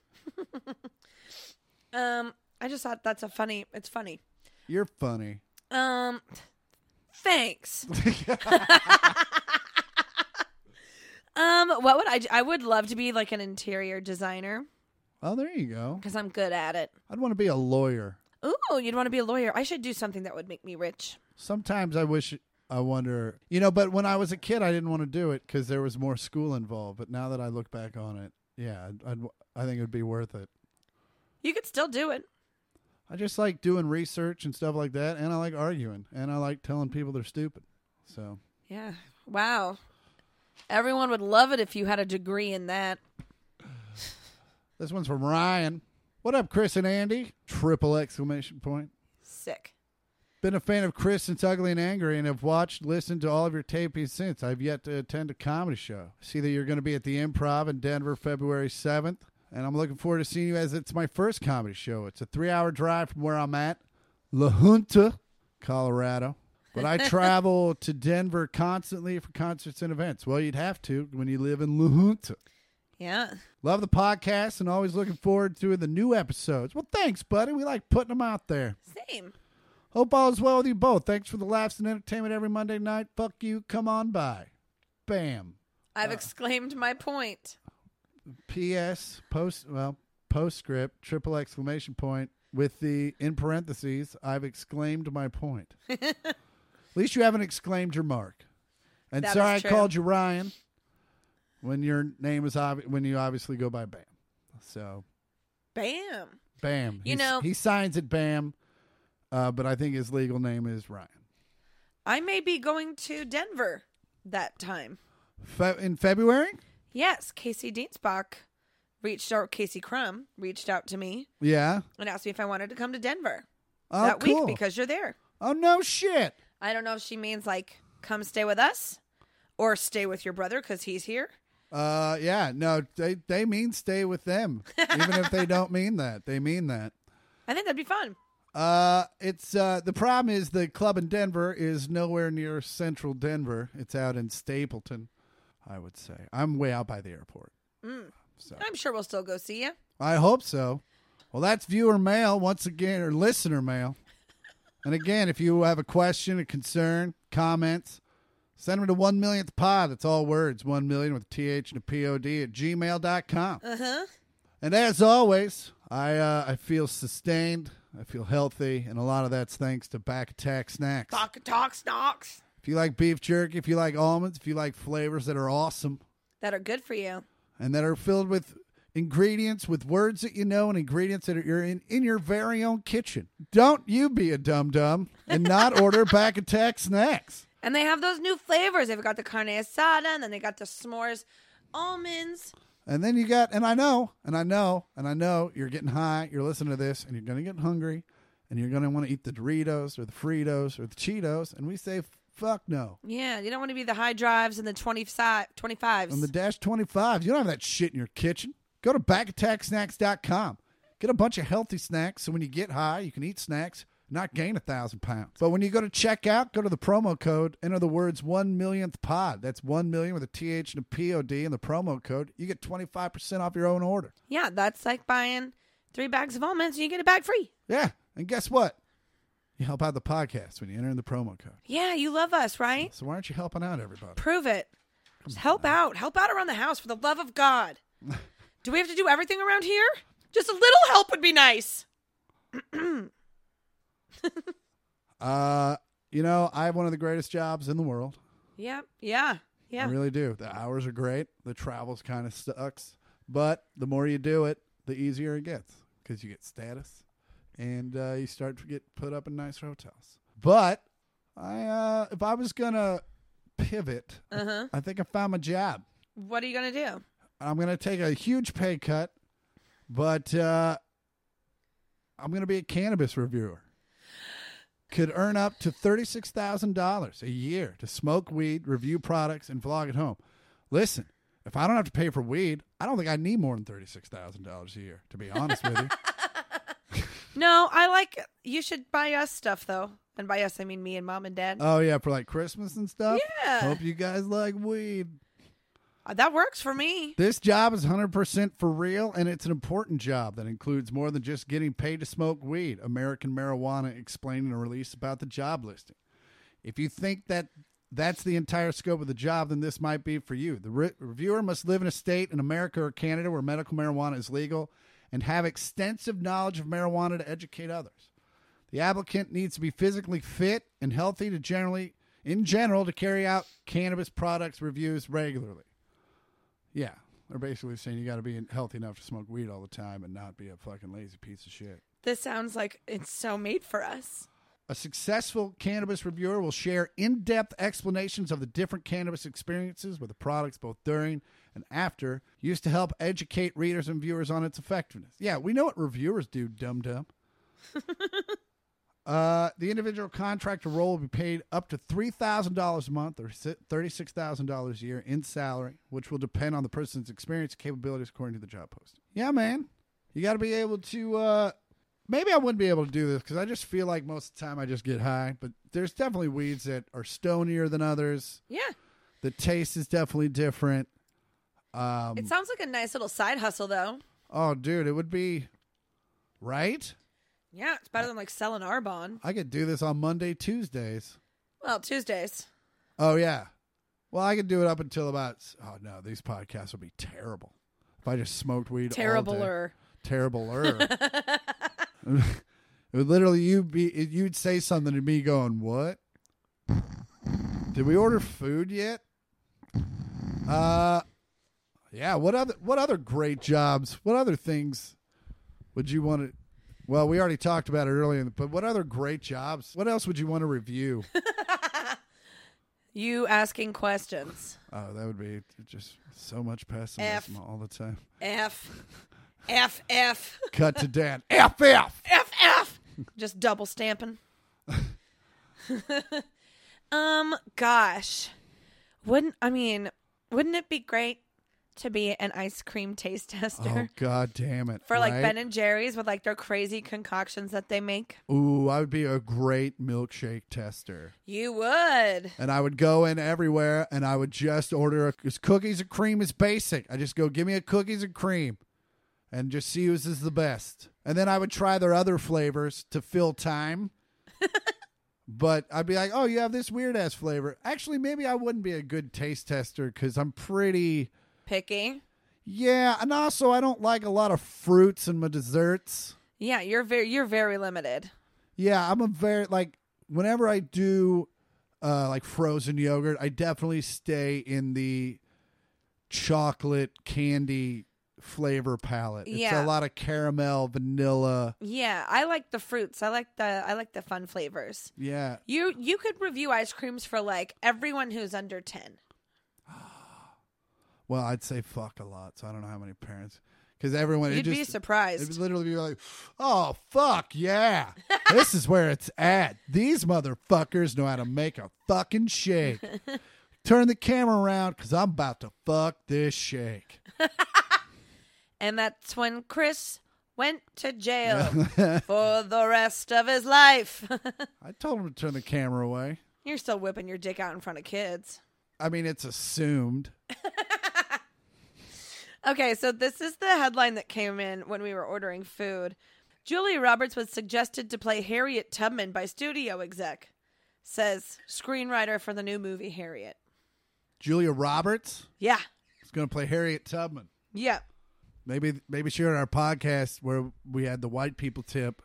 Speaker 4: um, I just thought that's a funny. It's funny.
Speaker 3: You're funny.
Speaker 4: Um, thanks. um, what would I? Do? I would love to be like an interior designer
Speaker 3: Oh, there you go.
Speaker 4: because I'm good at it.
Speaker 3: I'd want to be a lawyer.
Speaker 4: Ooh, you'd want to be a lawyer. I should do something that would make me rich.
Speaker 3: Sometimes I wish I wonder, you know, but when I was a kid, I didn't want to do it because there was more school involved. But now that I look back on it, yeah, I'd, I'd, I think it would be worth it.
Speaker 4: You could still do it.
Speaker 3: I just like doing research and stuff like that, and I like arguing, and I like telling people they're stupid. So
Speaker 4: Yeah. Wow. Everyone would love it if you had a degree in that.
Speaker 3: this one's from Ryan. What up, Chris and Andy? Triple exclamation point.
Speaker 4: Sick.
Speaker 3: Been a fan of Chris since Ugly and Angry and have watched, listened to all of your tapings since. I've yet to attend a comedy show. See that you're going to be at the Improv in Denver February 7th, and I'm looking forward to seeing you as it's my first comedy show. It's a three hour drive from where I'm at, La Junta, Colorado. But I travel to Denver constantly for concerts and events. Well, you'd have to when you live in La Junta.
Speaker 4: Yeah.
Speaker 3: Love the podcast and always looking forward to the new episodes. Well, thanks, buddy. We like putting them out there.
Speaker 4: Same.
Speaker 3: Hope all is well with you both. Thanks for the laughs and entertainment every Monday night. Fuck you. Come on by. Bam.
Speaker 4: I've exclaimed my point.
Speaker 3: P.S. Post well postscript triple exclamation point with the in parentheses. I've exclaimed my point. At least you haven't exclaimed your mark. And
Speaker 4: That
Speaker 3: sorry
Speaker 4: is
Speaker 3: I
Speaker 4: true.
Speaker 3: called you Ryan when your name is obvi- when you obviously go by Bam. So
Speaker 4: Bam.
Speaker 3: Bam.
Speaker 4: You
Speaker 3: He's-
Speaker 4: know-
Speaker 3: he signs it Bam, uh, but I think his legal name is Ryan.
Speaker 4: I may be going to Denver that time.
Speaker 3: Fe- in February.
Speaker 4: Yes, Casey Dienstbach reached out, Casey Crumb reached out to me
Speaker 3: Yeah.
Speaker 4: and asked me if I wanted to come to Denver
Speaker 3: Oh,
Speaker 4: that
Speaker 3: cool.
Speaker 4: week because you're there.
Speaker 3: oh no shit.
Speaker 4: I don't know if she means like come stay with us or stay with your brother because he's here.
Speaker 3: Uh, yeah, no, they they mean stay with them, even if they don't mean that. They mean that.
Speaker 4: I think that'd be fun.
Speaker 3: Uh, it's uh the problem is the club in Denver is nowhere near central Denver. It's out in Stapleton, I would say. I'm way out by the airport.
Speaker 4: I'm sure we'll still go see you.
Speaker 3: I hope so. Well, that's viewer mail once again, or listener mail. And again, if you have a question, a concern, comments, send them to 1 millionth pod. That's all words 1 million with a TH and a POD at gmail.com.
Speaker 4: Uh huh.
Speaker 3: And as always, I, uh, I feel sustained, I feel healthy, and a lot of that's thanks to Back Attack Snacks.
Speaker 4: Talk, talk, snocks
Speaker 3: If you like beef jerky, if you like almonds, if you like flavors that are awesome,
Speaker 4: that are good for you.
Speaker 3: and that are filled with ingredients with words that you know and ingredients that are in, in your very own kitchen. Don't you be a dum dum and not order back attack snacks.
Speaker 4: And they have those new flavors. They've got the carne asada, and then they got the s'mores almonds.
Speaker 3: And then you got, and I know, and I know, and I know you're getting high, you're listening to this, and you're going to get hungry, and you're going to want to eat the Doritos or the Fritos or the Cheetos. And we say, fuck no.
Speaker 4: Yeah, you don't want to be the high drives and the 20, 25s.
Speaker 3: On the Dash 25s, you don't have that shit in your kitchen. Go to backattacksnacks.com. Get a bunch of healthy snacks so when you get high, you can eat snacks, not gain a thousand pounds. But when you go to checkout, go to the promo code, enter the words one millionth pod. That's one million with a TH and a POD and the promo code. You get 25% off your own order.
Speaker 4: yeah, that's like buying three bags of almonds and you get a bag free.
Speaker 3: Yeah. And guess what? You help out the podcast when you enter in the promo code.
Speaker 4: Yeah, you love us, right?
Speaker 3: So why aren't you helping out everybody?
Speaker 4: Prove it. Just help out. Help out around the house for the love of God. do we have to do everything around here? Just a little help would be nice.
Speaker 3: Uh, you know, I have one of the greatest jobs in the world.
Speaker 4: Yeah, yeah,
Speaker 3: I
Speaker 4: yeah.
Speaker 3: really do. The hours are great. The travels kind of sucks, but the more you do it, the easier it gets because you get status, and uh, you start to get put up in nice hotels. But I, uh, if I was gonna pivot,
Speaker 4: Uh huh.
Speaker 3: I think I found my job.
Speaker 4: What are you gonna do?
Speaker 3: I'm gonna take a huge pay cut, but uh, I'm going to be a cannabis reviewer. Could earn up to $36,000 a year to smoke weed, review products, and vlog at home. Listen, if I don't have to pay for weed, I don't think I need more than $36,000 a year, to be honest with you.
Speaker 4: No, I like you should buy us stuff though. And by us I mean me and mom and dad.
Speaker 3: Oh, yeah, for like Christmas and stuff.
Speaker 4: Yeah.
Speaker 3: Hope you guys like weed.
Speaker 4: Uh, that works for me.
Speaker 3: This job is 100% for real, and it's an important job that includes more than just getting paid to smoke weed. American Marijuana explained in a release about the job listing. If you think that that's the entire scope of the job, then this might be for you. The re- reviewer must live in a state in America or Canada where medical marijuana is legal and have extensive knowledge of marijuana to educate others. The applicant needs to be physically fit and healthy to generally, in general, to carry out cannabis products reviews regularly. Yeah. They're basically saying you got to be healthy enough to smoke weed all the time and not be a fucking lazy piece of shit.
Speaker 4: This sounds like it's so made for us.
Speaker 3: A successful cannabis reviewer will share in depth explanations of the different cannabis experiences with the products both during and after, used to help educate readers and viewers on its effectiveness. Yeah, we know what reviewers do, dum dum. Uh, the individual contractor role will be paid up to $3,000 a month or si- $36,000 a year in salary, which will depend on the person's experience and capabilities according to the job posting. Yeah, man. You got to be able to. Uh, maybe I wouldn't be able to do this because I just feel like most of the time I just get high, but there's definitely weeds that are stonier than others.
Speaker 4: Yeah.
Speaker 3: The taste is definitely different. Um,
Speaker 4: It sounds like a nice little side hustle though.
Speaker 3: oh, dude, it would be. Right?
Speaker 4: Yeah, it's better than like selling Arbonne.
Speaker 3: I could do this on Monday, Tuesdays.
Speaker 4: Well, Tuesdays.
Speaker 3: Oh yeah. Well, I could do it up until about. Oh no, these podcasts would be terrible if I just smoked weed. All day.
Speaker 4: Terribler.
Speaker 3: Terribler. it would literally you be it- you'd say something to me going what? Did we order food yet? Uh, yeah. What other what other great jobs? What other things would you want to? Well, we already talked about it earlier, but what other great jobs? What else would you want to review?
Speaker 4: You asking questions.
Speaker 3: Oh, that would be just so much pessimism all the time.
Speaker 4: F. F. F.
Speaker 3: Cut to Dan. FF.
Speaker 4: F F. Just double stamping. um, gosh, wouldn't I mean? Wouldn't it be great to be an ice cream taste
Speaker 3: Oh
Speaker 4: tester
Speaker 3: God damn it!
Speaker 4: for like
Speaker 3: right?
Speaker 4: Ben and Jerry's with like their crazy concoctions that they make?
Speaker 3: Ooh, I would be a great milkshake tester,
Speaker 4: You would.
Speaker 3: and I would go in everywhere, and I would just order because cookies and cream is basic. I just go, give me a cookies and cream, and just see whose is the best, and then I would try their other flavors to fill time. But I'd be like, oh, you have this weird ass flavor. Actually, maybe I wouldn't be a good taste tester because I'm pretty.
Speaker 4: Picky.
Speaker 3: Yeah, and also I don't like a lot of fruits in my desserts.
Speaker 4: Yeah, you're very you're very limited.
Speaker 3: Yeah, I'm a very like whenever I do uh like frozen yogurt, I definitely stay in the chocolate candy flavor palette. It's a
Speaker 4: Yeah.
Speaker 3: lot of caramel, vanilla.
Speaker 4: Yeah, I like the fruits. I like the I like the fun flavors.
Speaker 3: Yeah.
Speaker 4: You you could review ice creams for like everyone who's under ten.
Speaker 3: Well, I'd say fuck a lot, so I don't know how many parents because everyone it
Speaker 4: You'd be
Speaker 3: just-
Speaker 4: surprised.
Speaker 3: It'd literally be like, oh, fuck, yeah. this is where it's at. These motherfuckers know how to make a fucking shake. Turn the camera around because I'm about to fuck this shake.
Speaker 4: And that's when Chris went to jail for the rest of his life.
Speaker 3: I told him to turn the camera away.
Speaker 4: You're still whipping your dick out in front of kids.
Speaker 3: I mean, it's assumed.
Speaker 4: Okay, so this is the headline that came in when we were ordering food. Julia Roberts was suggested to play Harriet Tubman by studio exec, says screenwriter for the new movie Harriet.
Speaker 3: Julia Roberts
Speaker 4: Yeah.
Speaker 3: is going to play Harriet Tubman.
Speaker 4: Yeah.
Speaker 3: Maybe, maybe she heard our podcast where we had the white people tip.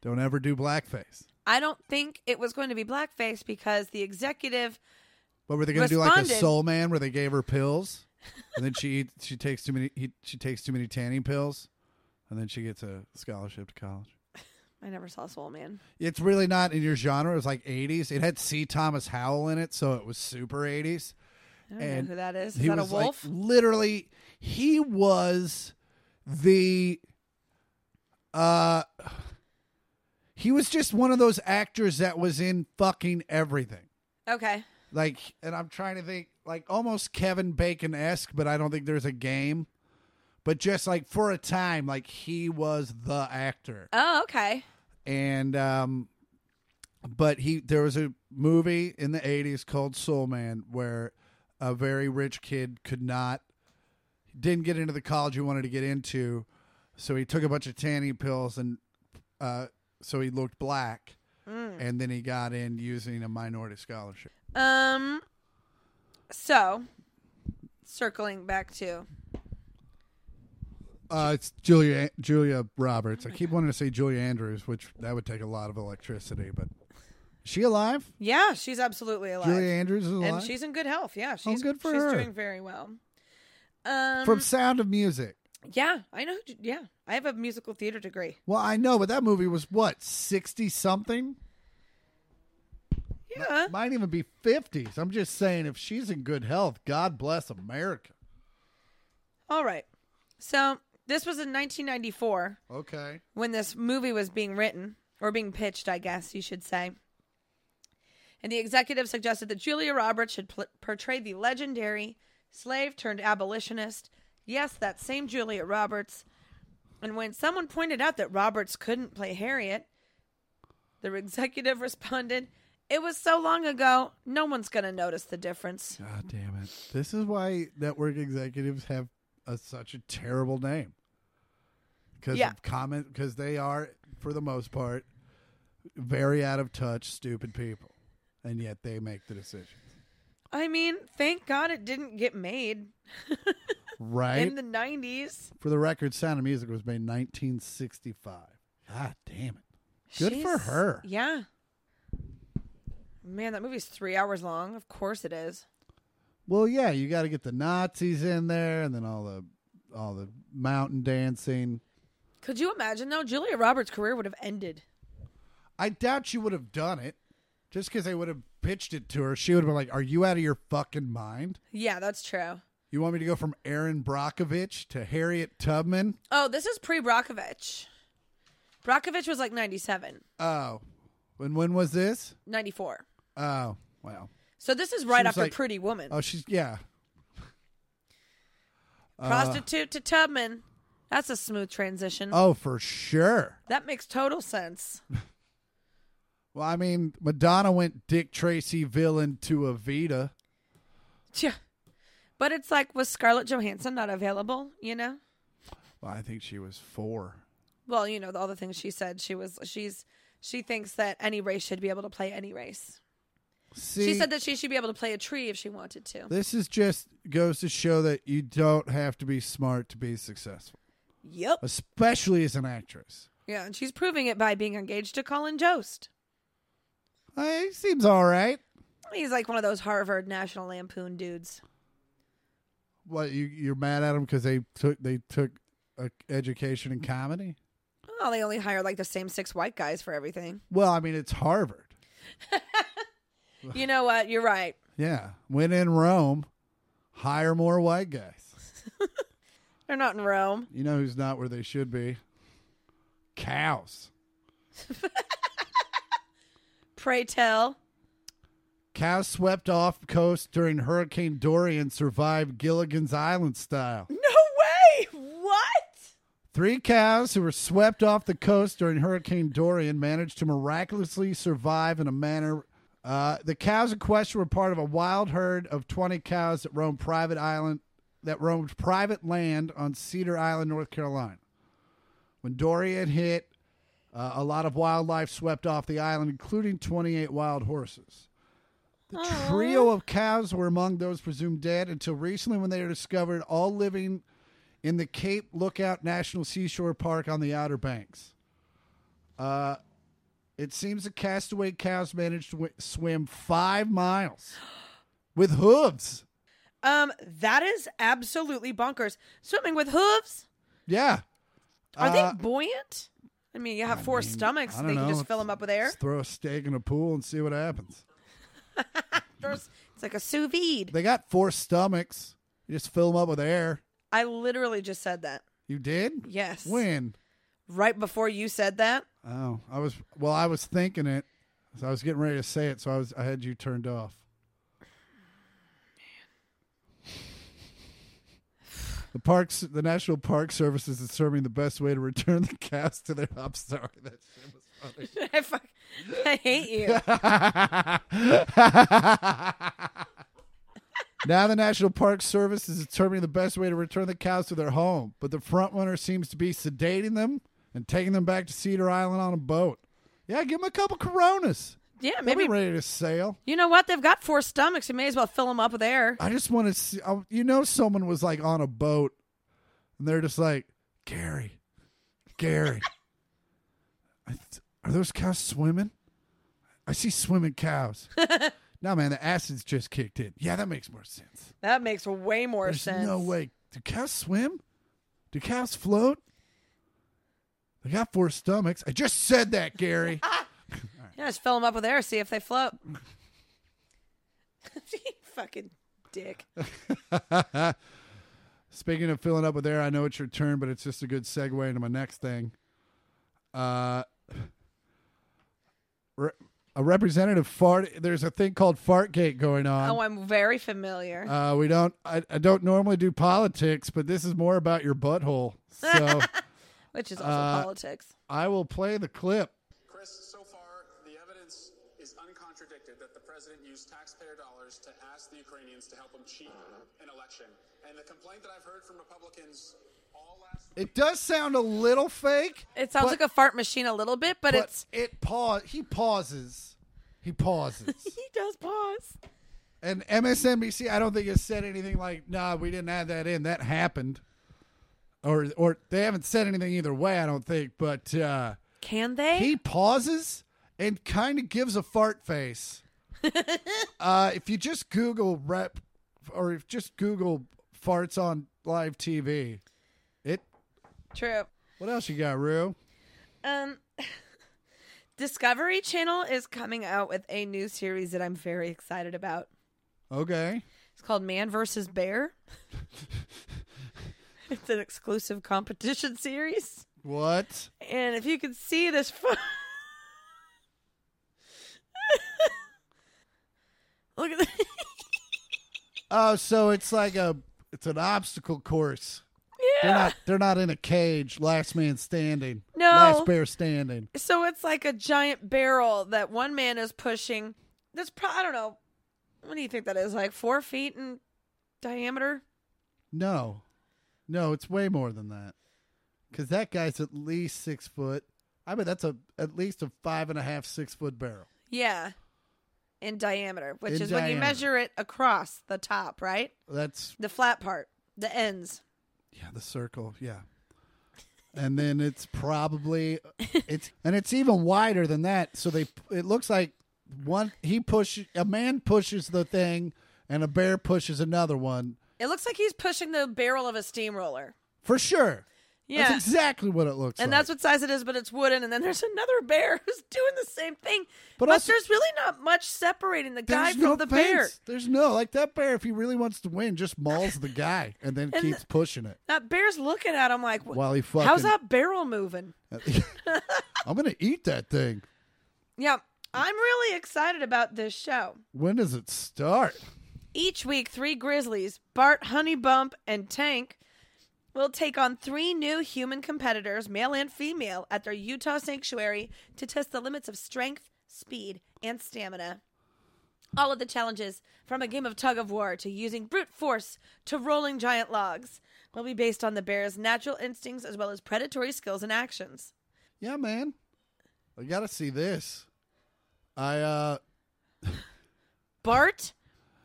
Speaker 3: Don't ever do blackface.
Speaker 4: I don't think it was going to be blackface because the executive
Speaker 3: But were they going to do like a
Speaker 4: Responded.
Speaker 3: soul man where they gave her pills, and then she eats, she takes too many he, she takes too many tanning pills, and then she gets a scholarship to college.
Speaker 4: I never saw Soul Man.
Speaker 3: It's really not in your genre. It was like '80s. It had C. Thomas Howell in it, so it was super '80s.
Speaker 4: I don't know who that is. Is
Speaker 3: he
Speaker 4: that a
Speaker 3: was, like,
Speaker 4: wolf?
Speaker 3: literally, he was the Uh, he was just one of those actors that was in fucking everything.
Speaker 4: Okay.
Speaker 3: Like, and I'm trying to think, like almost Kevin Bacon esque, but I don't think there's a game. But just like for a time, like he was the actor,
Speaker 4: Oh, okay.
Speaker 3: and um, but he there was a movie in the '80s called Soul Man where a very rich kid could not didn't get into the college he wanted to get into, so he took a bunch of tanning pills and uh, so he looked black,
Speaker 4: Hmm.
Speaker 3: and then he got in using a minority scholarship.
Speaker 4: Um. So, circling back to
Speaker 3: Uh, it's Julia Julia Roberts. I keep wanting to say Julia Andrews, which that would take a lot of electricity. But is she alive?
Speaker 4: yeah, she's absolutely alive,
Speaker 3: Julia Andrews is alive. Oh,
Speaker 4: and she's in good health. Yeah, she's
Speaker 3: good for
Speaker 4: she's
Speaker 3: her.
Speaker 4: doing very well. Um.
Speaker 3: from Sound of Music.
Speaker 4: yeah, I know. who- Yeah, I have a musical theater degree.
Speaker 3: Well, I know, but that movie was what sixty something.
Speaker 4: Yeah.
Speaker 3: Might even be fifties. I'm just saying, if she's in good health, God bless America.
Speaker 4: All right. So this was in 1994.
Speaker 3: Okay.
Speaker 4: when this movie was being written or being pitched, I guess you should say. And the executive suggested that Julia Roberts should pl- portray the legendary slave turned abolitionist. Yes, that same Julia Roberts. And when someone pointed out that Roberts couldn't play Harriet, the executive responded, It was so long ago, no one's going to notice the difference.
Speaker 3: God damn it! This is why network executives have a, such a terrible name. Because
Speaker 4: Yeah.
Speaker 3: of comment, because they are, for the most part, very out of touch, stupid people, and yet they make the decisions.
Speaker 4: I mean, thank God it didn't get made
Speaker 3: Right?
Speaker 4: in the 90s.
Speaker 3: for the record, Sound of Music was made in 1965. God damn it! Good for
Speaker 4: She's-
Speaker 3: her.
Speaker 4: Yeah. Man, that movie's three hours long. Of course it is.
Speaker 3: Well, yeah, you got to get the Nazis in there, and then all the all the mountain dancing.
Speaker 4: Could you imagine though? Julia Roberts' career would have ended.
Speaker 3: I doubt she would have done it. Just because they would have pitched it to her, she would have been like, "Are you out of your fucking mind?
Speaker 4: Yeah, that's true.
Speaker 3: You want me to go from Aaron Brockovich to Harriet Tubman?
Speaker 4: Oh, this is pre Brockovich. Brockovich was like 97,
Speaker 3: Oh, and when was this?
Speaker 4: 94.
Speaker 3: Oh, wow.
Speaker 4: So this is right
Speaker 3: was
Speaker 4: after
Speaker 3: like-
Speaker 4: Pretty Woman.
Speaker 3: Oh, she's yeah. uh,
Speaker 4: Prostitute to Tubman. That's a smooth transition.
Speaker 3: Oh, for sure.
Speaker 4: that makes total sense.
Speaker 3: Well, I mean, Madonna went Dick Tracy villain to Evita.
Speaker 4: Yeah. But it's like, was Scarlett Johansson not available? You know?
Speaker 3: Well, I think she was four.
Speaker 4: Well, you know, all the things she said. She was, she's, she thinks that any race should be able to play any race.
Speaker 3: See,
Speaker 4: she said that she should be able to play a tree if she wanted to.
Speaker 3: this is just goes to show that you don't have to be smart to be successful,
Speaker 4: Yep.
Speaker 3: especially as an actress.
Speaker 4: Yeah, and she's proving it by being engaged to Colin Jost.
Speaker 3: Uh, he seems all right.
Speaker 4: He's like one of those Harvard National Lampoon dudes.
Speaker 3: What you you're mad at him because they took they took a education in comedy?
Speaker 4: Oh, they only hire like the same six white guys for everything.
Speaker 3: Well, I mean it's Harvard.
Speaker 4: You know what? You're right.
Speaker 3: Yeah, when in Rome, hire more white guys.
Speaker 4: They're not in Rome.
Speaker 3: You know who's not where they should be? Cows.
Speaker 4: Pray tell.
Speaker 3: Cows swept off coast during Hurricane Dorian survived Gilligan's Island style.
Speaker 4: No way! What?
Speaker 3: Three cows who were swept off the coast during Hurricane Dorian managed to miraculously survive in a manner. Uh, the cows in question were part of a wild herd of 20 cows that roamed private island that roamed private land on Cedar Island, North Carolina. When Dorian hit, uh, a lot of wildlife swept off the island, including 28 wild horses. The trio of cows were among those presumed dead until recently when they were discovered all living in the Cape Lookout National Seashore Park on the Outer Banks. Uh, it seems the castaway cows managed to w- swim five miles with hooves.
Speaker 4: Um, that is absolutely bonkers. Swimming with hooves?
Speaker 3: Yeah.
Speaker 4: Are
Speaker 3: Uh,
Speaker 4: they buoyant? I mean, you have four stomachs.
Speaker 3: I
Speaker 4: They
Speaker 3: don't
Speaker 4: can
Speaker 3: know.
Speaker 4: just fill them up with air.
Speaker 3: Let's throw a steak in a pool and see what happens.
Speaker 4: There's- It's like a sous vide.
Speaker 3: They got four stomachs. You just fill them up with air.
Speaker 4: I literally just said that.
Speaker 3: You did?
Speaker 4: Yes.
Speaker 3: When?
Speaker 4: right before you said that.
Speaker 3: Oh, I was well. I was thinking it, so I was getting ready to say it. So I was. I had you turned off. The parks, the National Park Service is determining the best way to return the cast to their. I'm sorry, that shit was funny.
Speaker 4: I, fuck, I hate you.
Speaker 3: now the National Park Service is determining the best way to return the cows to their home, but the front runner seems to be sedating them and taking them back to Cedar Island on a boat. Yeah, give them a couple Coronas.
Speaker 4: Yeah,
Speaker 3: Maybe
Speaker 4: maybe.
Speaker 3: ready to sail.
Speaker 4: You know what? They've got four stomachs. You may as well fill them up with air.
Speaker 3: I just want to see. I, you know, someone was like on a boat, and they're just like, Gary, Gary, I th- are those cows swimming? I see swimming cows. no, man, the acid's just kicked in. Yeah, that makes more sense.
Speaker 4: That makes way more
Speaker 3: There's
Speaker 4: sense.
Speaker 3: no way. Do cows swim? Do cows float? They got four stomachs. I just said that, Gary.
Speaker 4: Yeah, just fill them up with air, see if they float. You Fucking dick.
Speaker 3: Um, Speaking of filling up with air, I know it's your turn, but it's just a good segue into my next thing. Uh, re- a representative fart. There's a thing called Fartgate going
Speaker 4: Oh,
Speaker 3: on.
Speaker 4: I'm very familiar.
Speaker 3: Uh, we don't. I, I don't normally do politics, but this is more about your butthole. So
Speaker 4: which is also
Speaker 3: uh,
Speaker 4: politics.
Speaker 3: I will play the clip.
Speaker 5: Chris, so far, the evidence is uncontradicted that the president used taxpayer dollars to ask the Ukrainians to help him cheat an election. And the complaint that I've heard from Republicans all last
Speaker 3: It does sound a little fake.
Speaker 4: It sounds
Speaker 3: but-
Speaker 4: like a fart machine a little bit, but,
Speaker 3: but
Speaker 4: it's
Speaker 3: it pause. He pauses. He pauses.
Speaker 4: he does pause.
Speaker 3: And MSNBC, I don't think has said anything like, "Nah, we didn't add that in. That happened," or or they haven't said anything either way. I don't think. But uh,
Speaker 4: Can they?
Speaker 3: he pauses and kind of gives a fart face. uh, if you just Google rep, or if just Google farts on live TV, it.
Speaker 4: True.
Speaker 3: What else you got, Rue?
Speaker 4: Um Discovery Channel is coming out with a new series that I'm very excited about.
Speaker 3: Okay.
Speaker 4: It's called Man versus Bear. it's an exclusive competition series.
Speaker 3: What?
Speaker 4: And if you can see this far. Look at that.
Speaker 3: Oh, so it's like a it's an obstacle course. They're
Speaker 4: Yeah.
Speaker 3: not they're not in a cage, last man standing.
Speaker 4: No.
Speaker 3: Last bear standing.
Speaker 4: So it's like a giant barrel that one man is pushing. That's pro- I don't know. What do you think that is? Like four feet in diameter?
Speaker 3: No. No, it's way more than that. Cause that guy's at least six foot. I mean that's a at least a five and a half, six foot barrel.
Speaker 4: Yeah. In diameter, which
Speaker 3: In
Speaker 4: is when you
Speaker 3: diameter.
Speaker 4: measure it across the top, right?
Speaker 3: That's
Speaker 4: The flat part, the ends.
Speaker 3: yeah, the circle. Yeah. And then it's probably it's and it's even wider than that. So they it looks like one he push a man pushes the thing and a bear pushes another one
Speaker 4: It looks like he's pushing the barrel of a steamroller.
Speaker 3: For sure.
Speaker 4: Yeah.
Speaker 3: That's exactly what it looks
Speaker 4: and
Speaker 3: like.
Speaker 4: that's what size it is, but it's wooden. And then there's another bear who's doing the same thing. But,
Speaker 3: But also-
Speaker 4: there's really not much separating the guy
Speaker 3: There's
Speaker 4: from
Speaker 3: no
Speaker 4: the
Speaker 3: fence.
Speaker 4: bear.
Speaker 3: There's no like that bear if he really wants to win just mauls the guy and then
Speaker 4: And
Speaker 3: keeps pushing it.
Speaker 4: That bear's looking at him like,
Speaker 3: While he fucking-
Speaker 4: how's that barrel moving?
Speaker 3: I'm going to eat that thing.
Speaker 4: Yeah, I'm really excited about this show.
Speaker 3: When does it start?
Speaker 4: Each week, three grizzlies, Bart, Honeybump, and Tank, will take on three new human competitors, male and female, at their Utah sanctuary to test the limits of strength, speed, and stamina. All of the challenges, from a game of tug of war to using brute force to rolling giant logs, will be based on the bear's natural instincts as well as predatory skills and actions.
Speaker 3: Yeah, man. I got to see this. I uh
Speaker 4: Bart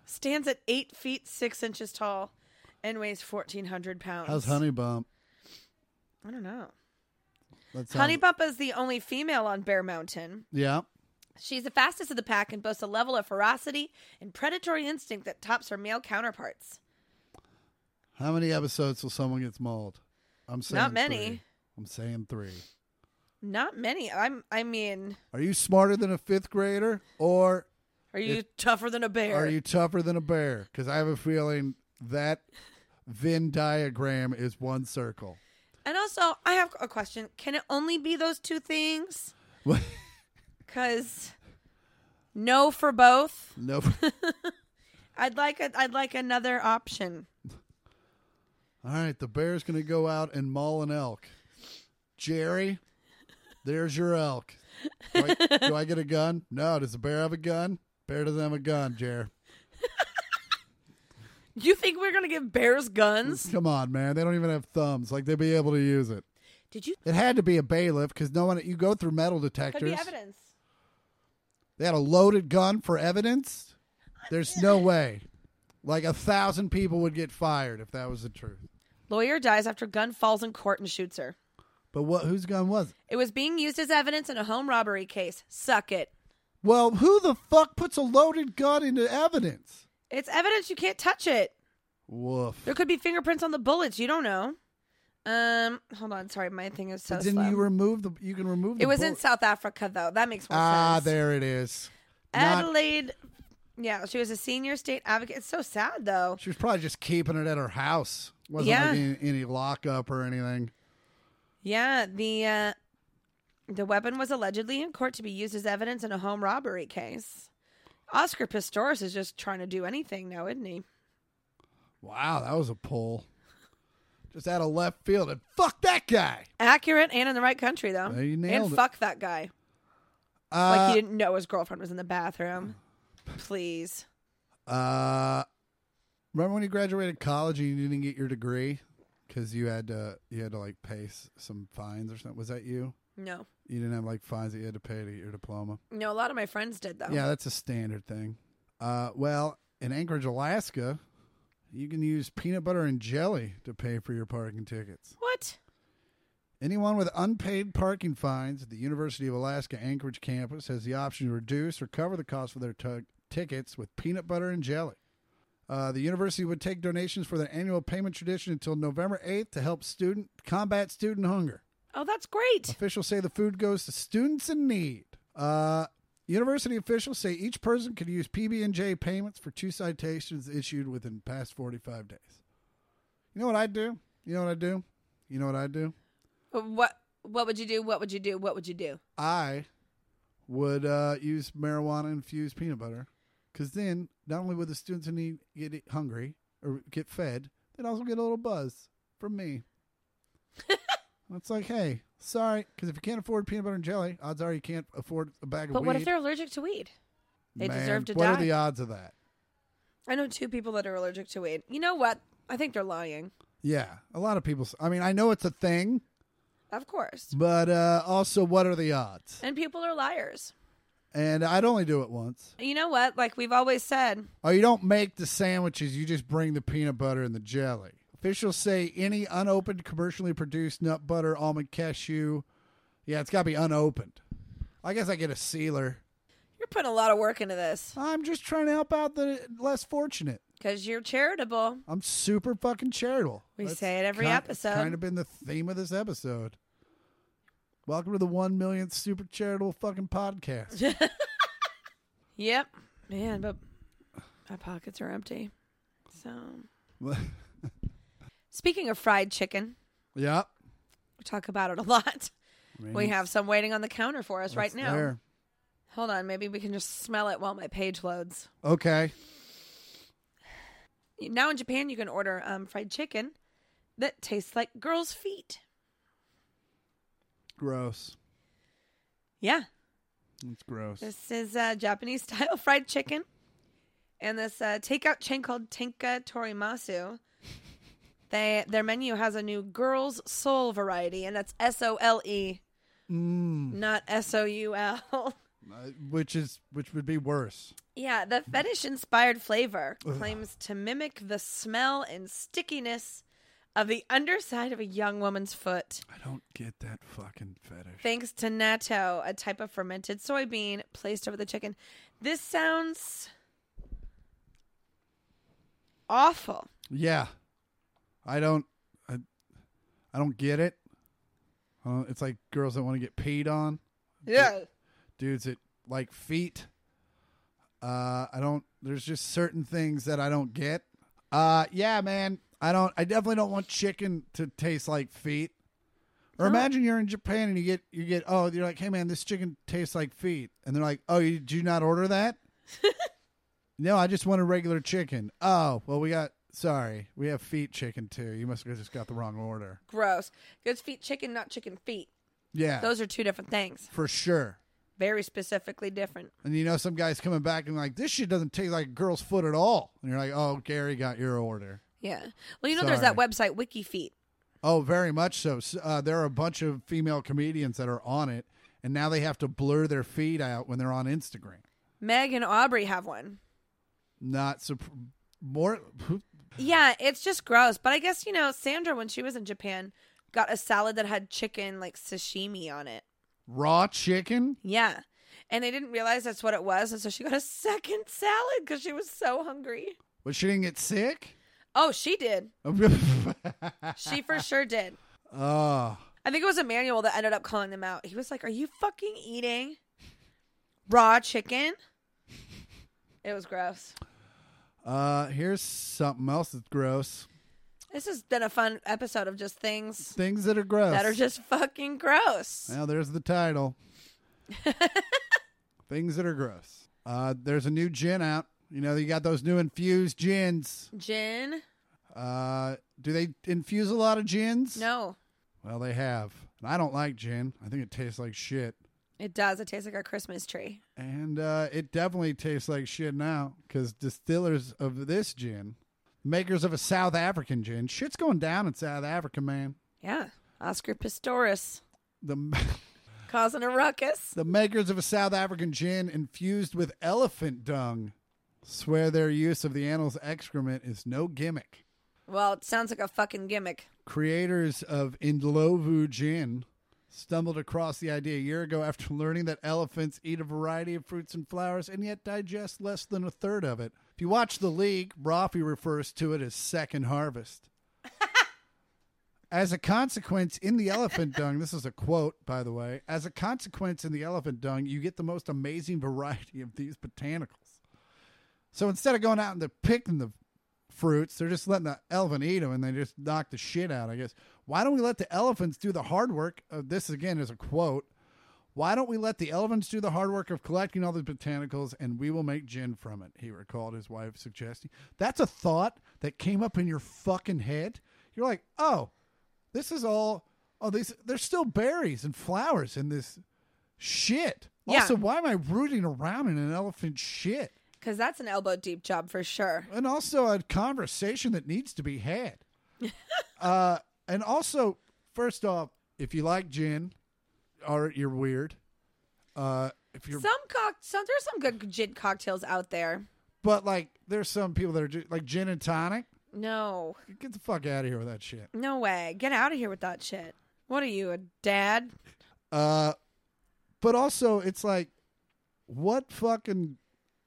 Speaker 4: stands at eight feet six inches tall and weighs fourteen hundred pounds.
Speaker 3: how's Honey Bump?
Speaker 4: I don't know.
Speaker 3: That sounds-
Speaker 4: Honey Bump is the only female on Bear Mountain.
Speaker 3: Yeah.
Speaker 4: She's the fastest of the pack and boasts a level of ferocity and predatory instinct that tops her male counterparts.
Speaker 3: How many episodes will someone gets mauled? I'm saying
Speaker 4: many.
Speaker 3: three. I'm saying 3.
Speaker 4: Not many. I'm. I mean,
Speaker 3: Are you smarter than a 5th grader or
Speaker 4: are you tougher than a bear?
Speaker 3: Are you tougher than a bear? Because I have a feeling that Venn diagram is one circle.
Speaker 4: And also, I have a question. Can it only be those two things? Because no for both.
Speaker 3: nope.
Speaker 4: I'd like a, I'd like another option.
Speaker 3: All right, the bear's going to go out and maul an elk. Jerry, there's your elk. Do I, do I get a gun? No. Does the bear have a gun? Bear doesn't have a gun, Jerry.
Speaker 4: You think we're gonna give bears guns?
Speaker 3: Come on, man. They don't even have thumbs. Like they'd be able to use it.
Speaker 4: Did you?
Speaker 3: It had to be a bailiff because no one. You go through metal detectors.
Speaker 4: Could be evidence.
Speaker 3: They had a loaded gun for evidence. There's no way. Like a thousand people would get fired if that was the truth.
Speaker 4: Lawyer dies after gun falls in court and shoots her.
Speaker 3: But what? Whose gun was it?
Speaker 4: It was being used as evidence in a home robbery case. Suck it.
Speaker 3: Well, who the fuck puts a loaded gun into evidence?
Speaker 4: It's evidence. You can't touch it.
Speaker 3: Woof.
Speaker 4: There could be fingerprints on the bullets. You don't know. Um, hold on. Sorry, my thing is so
Speaker 3: But Didn't
Speaker 4: slow.
Speaker 3: you remove the? You can remove. The
Speaker 4: it was in
Speaker 3: bullet-
Speaker 4: South Africa, though. That makes more
Speaker 3: Ah,
Speaker 4: sense.
Speaker 3: there it is. Not-
Speaker 4: Adelaide. Yeah, she was a senior state advocate. It's so sad, though.
Speaker 3: she was probably just keeping it at her house. Wasn't
Speaker 4: Yeah.
Speaker 3: like any, any lockup or anything.
Speaker 4: Yeah, the uh, the weapon was allegedly in court to be used as evidence in a home robbery case. Oscar Pistorius is just trying to do anything now, isn't he?
Speaker 3: Wow, that was a pull. Just out of left field and fuck that guy.
Speaker 4: Accurate and in the right country, though.
Speaker 3: Well, you nailed
Speaker 4: and
Speaker 3: it.
Speaker 4: fuck that guy.
Speaker 3: Uh,
Speaker 4: Like he didn't know his girlfriend was in the bathroom. Please.
Speaker 3: Uh, remember when you graduated college and you didn't get your degree because you had to you had to like pay s- some fines or something? Was that you?
Speaker 4: No.
Speaker 3: You didn't have like fines that you had to pay to get your diploma.
Speaker 4: No, a lot of my friends did, though.
Speaker 3: Yeah, that's a standard thing. Uh, well, in Anchorage, Alaska, you can use peanut butter and jelly to pay for your parking tickets.
Speaker 4: What?
Speaker 3: Anyone with unpaid parking fines at the University of Alaska Anchorage campus has the option to reduce or cover the cost of their tu- tickets with peanut butter and jelly. Uh, the university would take donations for their annual payment tradition until November 8th to help student combat student hunger.
Speaker 4: Oh, that's great.
Speaker 3: Officials say the food goes to students in need. Uh, university officials say each person could use PB&J payments for two citations issued within the past 45 days. You know what I do? You know what I do? You know what I do?
Speaker 4: What? What would you do? What would you do? What would you do?
Speaker 3: I would uh, use marijuana infused peanut butter because then not only would the students in need get hungry or get fed, they'd also get a little buzz from me. And it's like, hey, sorry, because if you can't afford peanut butter and jelly, odds are you can't afford a bag of
Speaker 4: But
Speaker 3: weed.
Speaker 4: what if they're allergic to weed? they
Speaker 3: Man,
Speaker 4: deserve to
Speaker 3: what
Speaker 4: die?
Speaker 3: are the odds of that?
Speaker 4: I know two people that are allergic to weed. You know what? I think they're lying.
Speaker 3: Yeah, a lot of people. s- I mean, I know it's a thing,
Speaker 4: Of course.
Speaker 3: but uh, also, what are the odds?
Speaker 4: And people are liars.
Speaker 3: And I'd only do it once.
Speaker 4: You know what? Like we've always said,
Speaker 3: Oh, you don't make the sandwiches, you just bring the peanut butter and the jelly. Officials say any unopened, commercially produced nut butter, almond, cashew. Yeah, it's got to be unopened. I guess I get a sealer.
Speaker 4: you're putting a lot of work into this
Speaker 3: I'm just trying to help out the less fortunate.
Speaker 4: because you're charitable.
Speaker 3: I'm super fucking charitable.
Speaker 4: We say it every
Speaker 3: ki-
Speaker 4: episode.
Speaker 3: Kind of been the theme of this episode. Welcome to the one millionth super charitable fucking podcast.
Speaker 4: Yep. Man, but my pockets are empty. So, speaking of fried chicken,
Speaker 3: yep.
Speaker 4: we talk about it a lot.
Speaker 3: I mean,
Speaker 4: We have some waiting on the counter for us right
Speaker 3: it's
Speaker 4: now.
Speaker 3: there.
Speaker 4: Hold on, maybe we can just smell it while my page loads.
Speaker 3: Okay.
Speaker 4: Now in Japan, you can order um, fried chicken that tastes like girls' feet.
Speaker 3: Gross.
Speaker 4: Yeah.
Speaker 3: It's gross.
Speaker 4: This is uh, Japanese style fried chicken. And this uh, takeout chain called Tenka Torimasu. They their menu has a new girls soul variety, and that's S O L E, not S O U L.
Speaker 3: Uh, which is which would be worse.
Speaker 4: Yeah, the fetish inspired flavor claims to mimic the smell and stickiness of the underside of a young woman's foot.
Speaker 3: I don't get that fucking fetish.
Speaker 4: Thanks to natto, a type of fermented soybean placed over the chicken. This sounds awful.
Speaker 3: Yeah, I don't. I, I don't get it. I don't- it's like girls that want to get peed on,
Speaker 4: Yeah.
Speaker 3: dudes that like feet. Uh, I don't. There's just certain things that I don't get. Uh, yeah, man. I don't. I definitely don't want chicken to taste like feet. Or imagine you're in Japan and you get you get oh you're like hey man this chicken tastes like feet and they're like oh you, did you not order that? no, I just wanted regular chicken. Oh well we got sorry we have feet chicken too. You must have just got the wrong order.
Speaker 4: Gross. Goat's feet chicken, not chicken feet.
Speaker 3: Yeah,
Speaker 4: Those are two different things.
Speaker 3: for sure.
Speaker 4: Very specifically different.
Speaker 3: And you know some guy's coming back and like this shit doesn't taste like a girl's foot at all. And you're like oh Gary got your order.
Speaker 4: Yeah. Well, you know, there's that website, WikiFeet.
Speaker 3: Oh, very much so. S- Uh, there are a bunch of female comedians that are on it, and now they have to blur their feet out when they're on Instagram.
Speaker 4: Meg and Aubrey have one.
Speaker 3: Not sup- more.
Speaker 4: Yeah, it's just gross. But I guess, you know, Sandra, when she was in Japan, got a salad that had chicken, like sashimi on it.
Speaker 3: Raw chicken?
Speaker 4: Yeah. And they didn't realize that's what it was. And so she got a second salad because she was so hungry.
Speaker 3: But she didn't get sick?
Speaker 4: Oh, she did. She for sure did.
Speaker 3: oh,
Speaker 4: I think it was Emmanuel that ended up calling them out. He was like, Are you fucking eating raw chicken? It was gross.
Speaker 3: uh, here's something else that's gross.
Speaker 4: This has been a fun episode of just things
Speaker 3: Things that are gross.
Speaker 4: that are just fucking gross.
Speaker 3: Now there's the title. Things that are gross. Uh, there's a new gin out. You know, you got those new infused gins.
Speaker 4: Gin?
Speaker 3: Uh, do they infuse a lot of gins?
Speaker 4: No,
Speaker 3: Well, they have. And I don't like gin. I think it tastes like shit.
Speaker 4: it does. It tastes like a Christmas tree.
Speaker 3: And uh, it definitely tastes like shit now because distillers of this gin, makers of a South African gin, shit's going down in South Africa, man.
Speaker 4: Yeah. Oscar Pistorius
Speaker 3: The,
Speaker 4: causing a ruckus.
Speaker 3: the makers of a South African gin infused with elephant dung swear their use of the animal's excrement is no gimmick.
Speaker 4: Well, it sounds like a fucking gimmick.
Speaker 3: creators of Indlovu Gin stumbled across the idea a year ago after learning that elephants eat a variety of fruits and flowers and yet digest less than a third of it. If you watch The League, Rafi refers to it as second harvest. As a consequence, in the elephant dung, this is a quote, by the way. As a consequence, in the elephant dung, you get the most amazing variety of these botanicals. So instead of going out and they're picking the fruits. They're just letting the elephant eat them, and they just knock the shit out. I guess. Why don't we let the elephants do the hard work? Of, this again is a quote. Why don't we let the elephants do the hard work of collecting all the botanicals, and we will make gin from it? He recalled his wife suggesting. That's a thought that came up in your fucking head. You're like, oh, this is all. Oh, these there's still berries and flowers in this shit.
Speaker 4: Yeah.
Speaker 3: Also, why am I rooting around in an elephant shit?
Speaker 4: Because that's an elbow deep job for sure.
Speaker 3: and also a conversation that needs to be had. uh, and also, first off, if you like gin, or you're weird, uh, if you're,
Speaker 4: Some cock, some there's some good gin cocktails out there.
Speaker 3: but like, there's some people that are ju- like gin and tonic.
Speaker 4: No,
Speaker 3: Get the fuck out of here with that shit.
Speaker 4: no way. Get out of here with that shit. What are you, a dad?
Speaker 3: Uh, but also, it's like, what fucking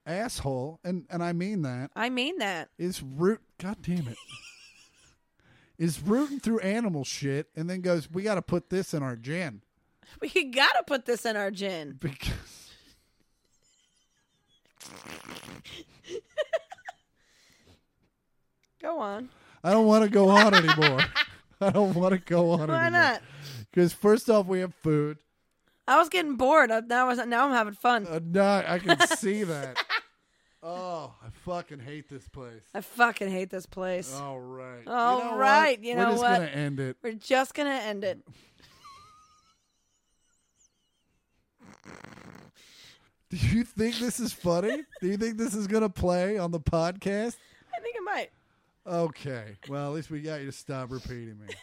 Speaker 3: asshole? And and I mean that
Speaker 4: I mean that.
Speaker 3: is root. God damn it. Is rooting through animal shit and then goes, we got to put this in our gin.
Speaker 4: We gotta put this in our gin.
Speaker 3: Because
Speaker 4: Go on.
Speaker 3: I don't want to go on anymore. I don't want to go on
Speaker 4: Why
Speaker 3: anymore.
Speaker 4: not?
Speaker 3: Because first off, we have food.
Speaker 4: I was getting bored. Uh, Now I was now I'm having fun.
Speaker 3: Uh, no, I can see that. Oh, I fucking hate this place.
Speaker 4: I fucking hate this place.
Speaker 3: All right. You
Speaker 4: All
Speaker 3: know what?
Speaker 4: right, you know
Speaker 3: We're just
Speaker 4: what?
Speaker 3: gonna end it.
Speaker 4: We're just gonna end it.
Speaker 3: Do you think this is funny? Do you think this is gonna play on the podcast?
Speaker 4: I think it might.
Speaker 3: Okay. Well, at least we got you to stop repeating me.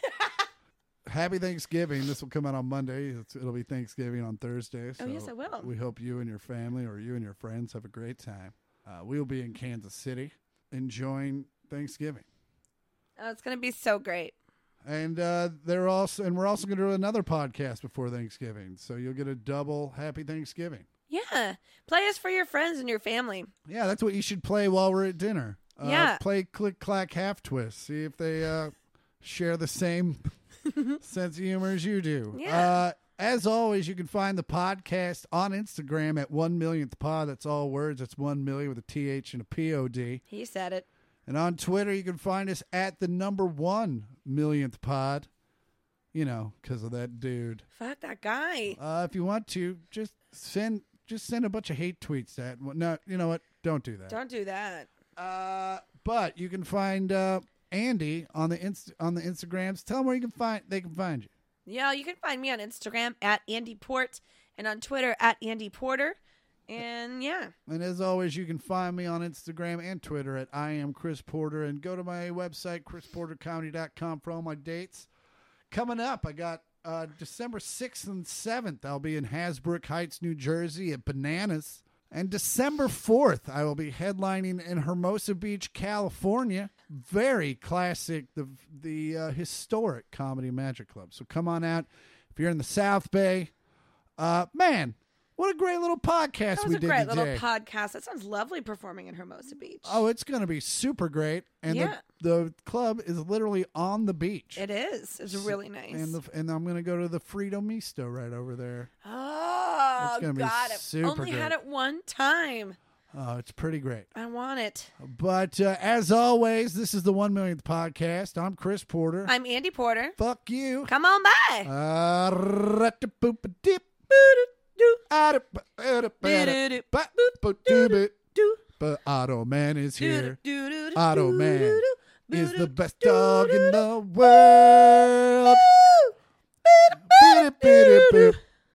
Speaker 3: Happy Thanksgiving. This will come out on Monday. It's, it'll be Thanksgiving on Thursday. So
Speaker 4: Oh, yes, I will.
Speaker 3: We hope you and your family or you and your friends have a great time. Uh, we'll be in Kansas City enjoying Thanksgiving.
Speaker 4: Oh, it's gonna be so great.
Speaker 3: And uh, they're also and we're also going to do another podcast before Thanksgiving. So you'll get a double Happy Thanksgiving.
Speaker 4: Yeah, play us for your friends and your family.
Speaker 3: Yeah, that's what you should play while we're at dinner. Uh,
Speaker 4: Yeah.
Speaker 3: Play click clack half twist. See if they uh, share the same sense of humor as you do.
Speaker 4: Yeah.
Speaker 3: Uh, as always, you can find the podcast on Instagram at one millionth pod. That's all words. That's one million with a th and a pod.
Speaker 4: He said it.
Speaker 3: And on Twitter, you can find us at the number one millionth pod. you know, because of that dude.
Speaker 4: Fuck that guy.
Speaker 3: Uh, if you want to, just send just send a bunch of hate tweets. That no, you know what? Don't do that.
Speaker 4: Don't do that.
Speaker 3: Uh, but you can find uh, Andy on the inst- on the Instagrams. Tell them where you can find they can find you.
Speaker 4: Yeah, you can find me on Instagram at Andy Port and on Twitter at Andy Porter. And yeah,
Speaker 3: And as always, you can find me on Instagram and Twitter at I am Chris Porter and go to my website, chrisportercomedy.com for all my dates. Coming up, I got uh, December 6th and 7th, I'll be in Hasbrook Heights, New Jersey at Bananas. And December 4th, I will be headlining in Hermosa Beach, California. Very classic, the, the uh, historic Comedy Magic Club. So come on out. If you're in the South Bay, uh, man, what a great little podcast
Speaker 4: that
Speaker 3: we
Speaker 4: was a
Speaker 3: did
Speaker 4: great
Speaker 3: today.
Speaker 4: little podcast. That sounds lovely performing in Hermosa Beach.
Speaker 3: Oh, it's going to be super great, and
Speaker 4: Yeah.
Speaker 3: the the club is literally on the beach.
Speaker 4: it is. It's really nice.
Speaker 3: And the, and I'm going to go to the Frito Misto right over there.
Speaker 4: oh
Speaker 3: It's gonna be
Speaker 4: God! I've
Speaker 3: super
Speaker 4: only had
Speaker 3: great.
Speaker 4: it one time.
Speaker 3: Oh, it's pretty great.
Speaker 4: I want it.
Speaker 3: But uh, as always, this is the one millionth podcast. I'm Chris Porter.
Speaker 4: I'm Andy Porter.
Speaker 3: Fuck you.
Speaker 4: Come on by.
Speaker 3: Uh, rat-a-boop-a-dip.
Speaker 4: Do-do-do.
Speaker 3: Ba-ba-doop-it.
Speaker 4: Do
Speaker 3: But Otto Man is
Speaker 4: do
Speaker 3: here.
Speaker 4: do do do.
Speaker 3: Otto
Speaker 4: do,
Speaker 3: Man
Speaker 4: do, do,
Speaker 3: is
Speaker 4: do,
Speaker 3: the
Speaker 4: do,
Speaker 3: best
Speaker 4: do,
Speaker 3: dog
Speaker 4: do,
Speaker 3: in
Speaker 4: do.
Speaker 3: the world. Beep, beep, beep.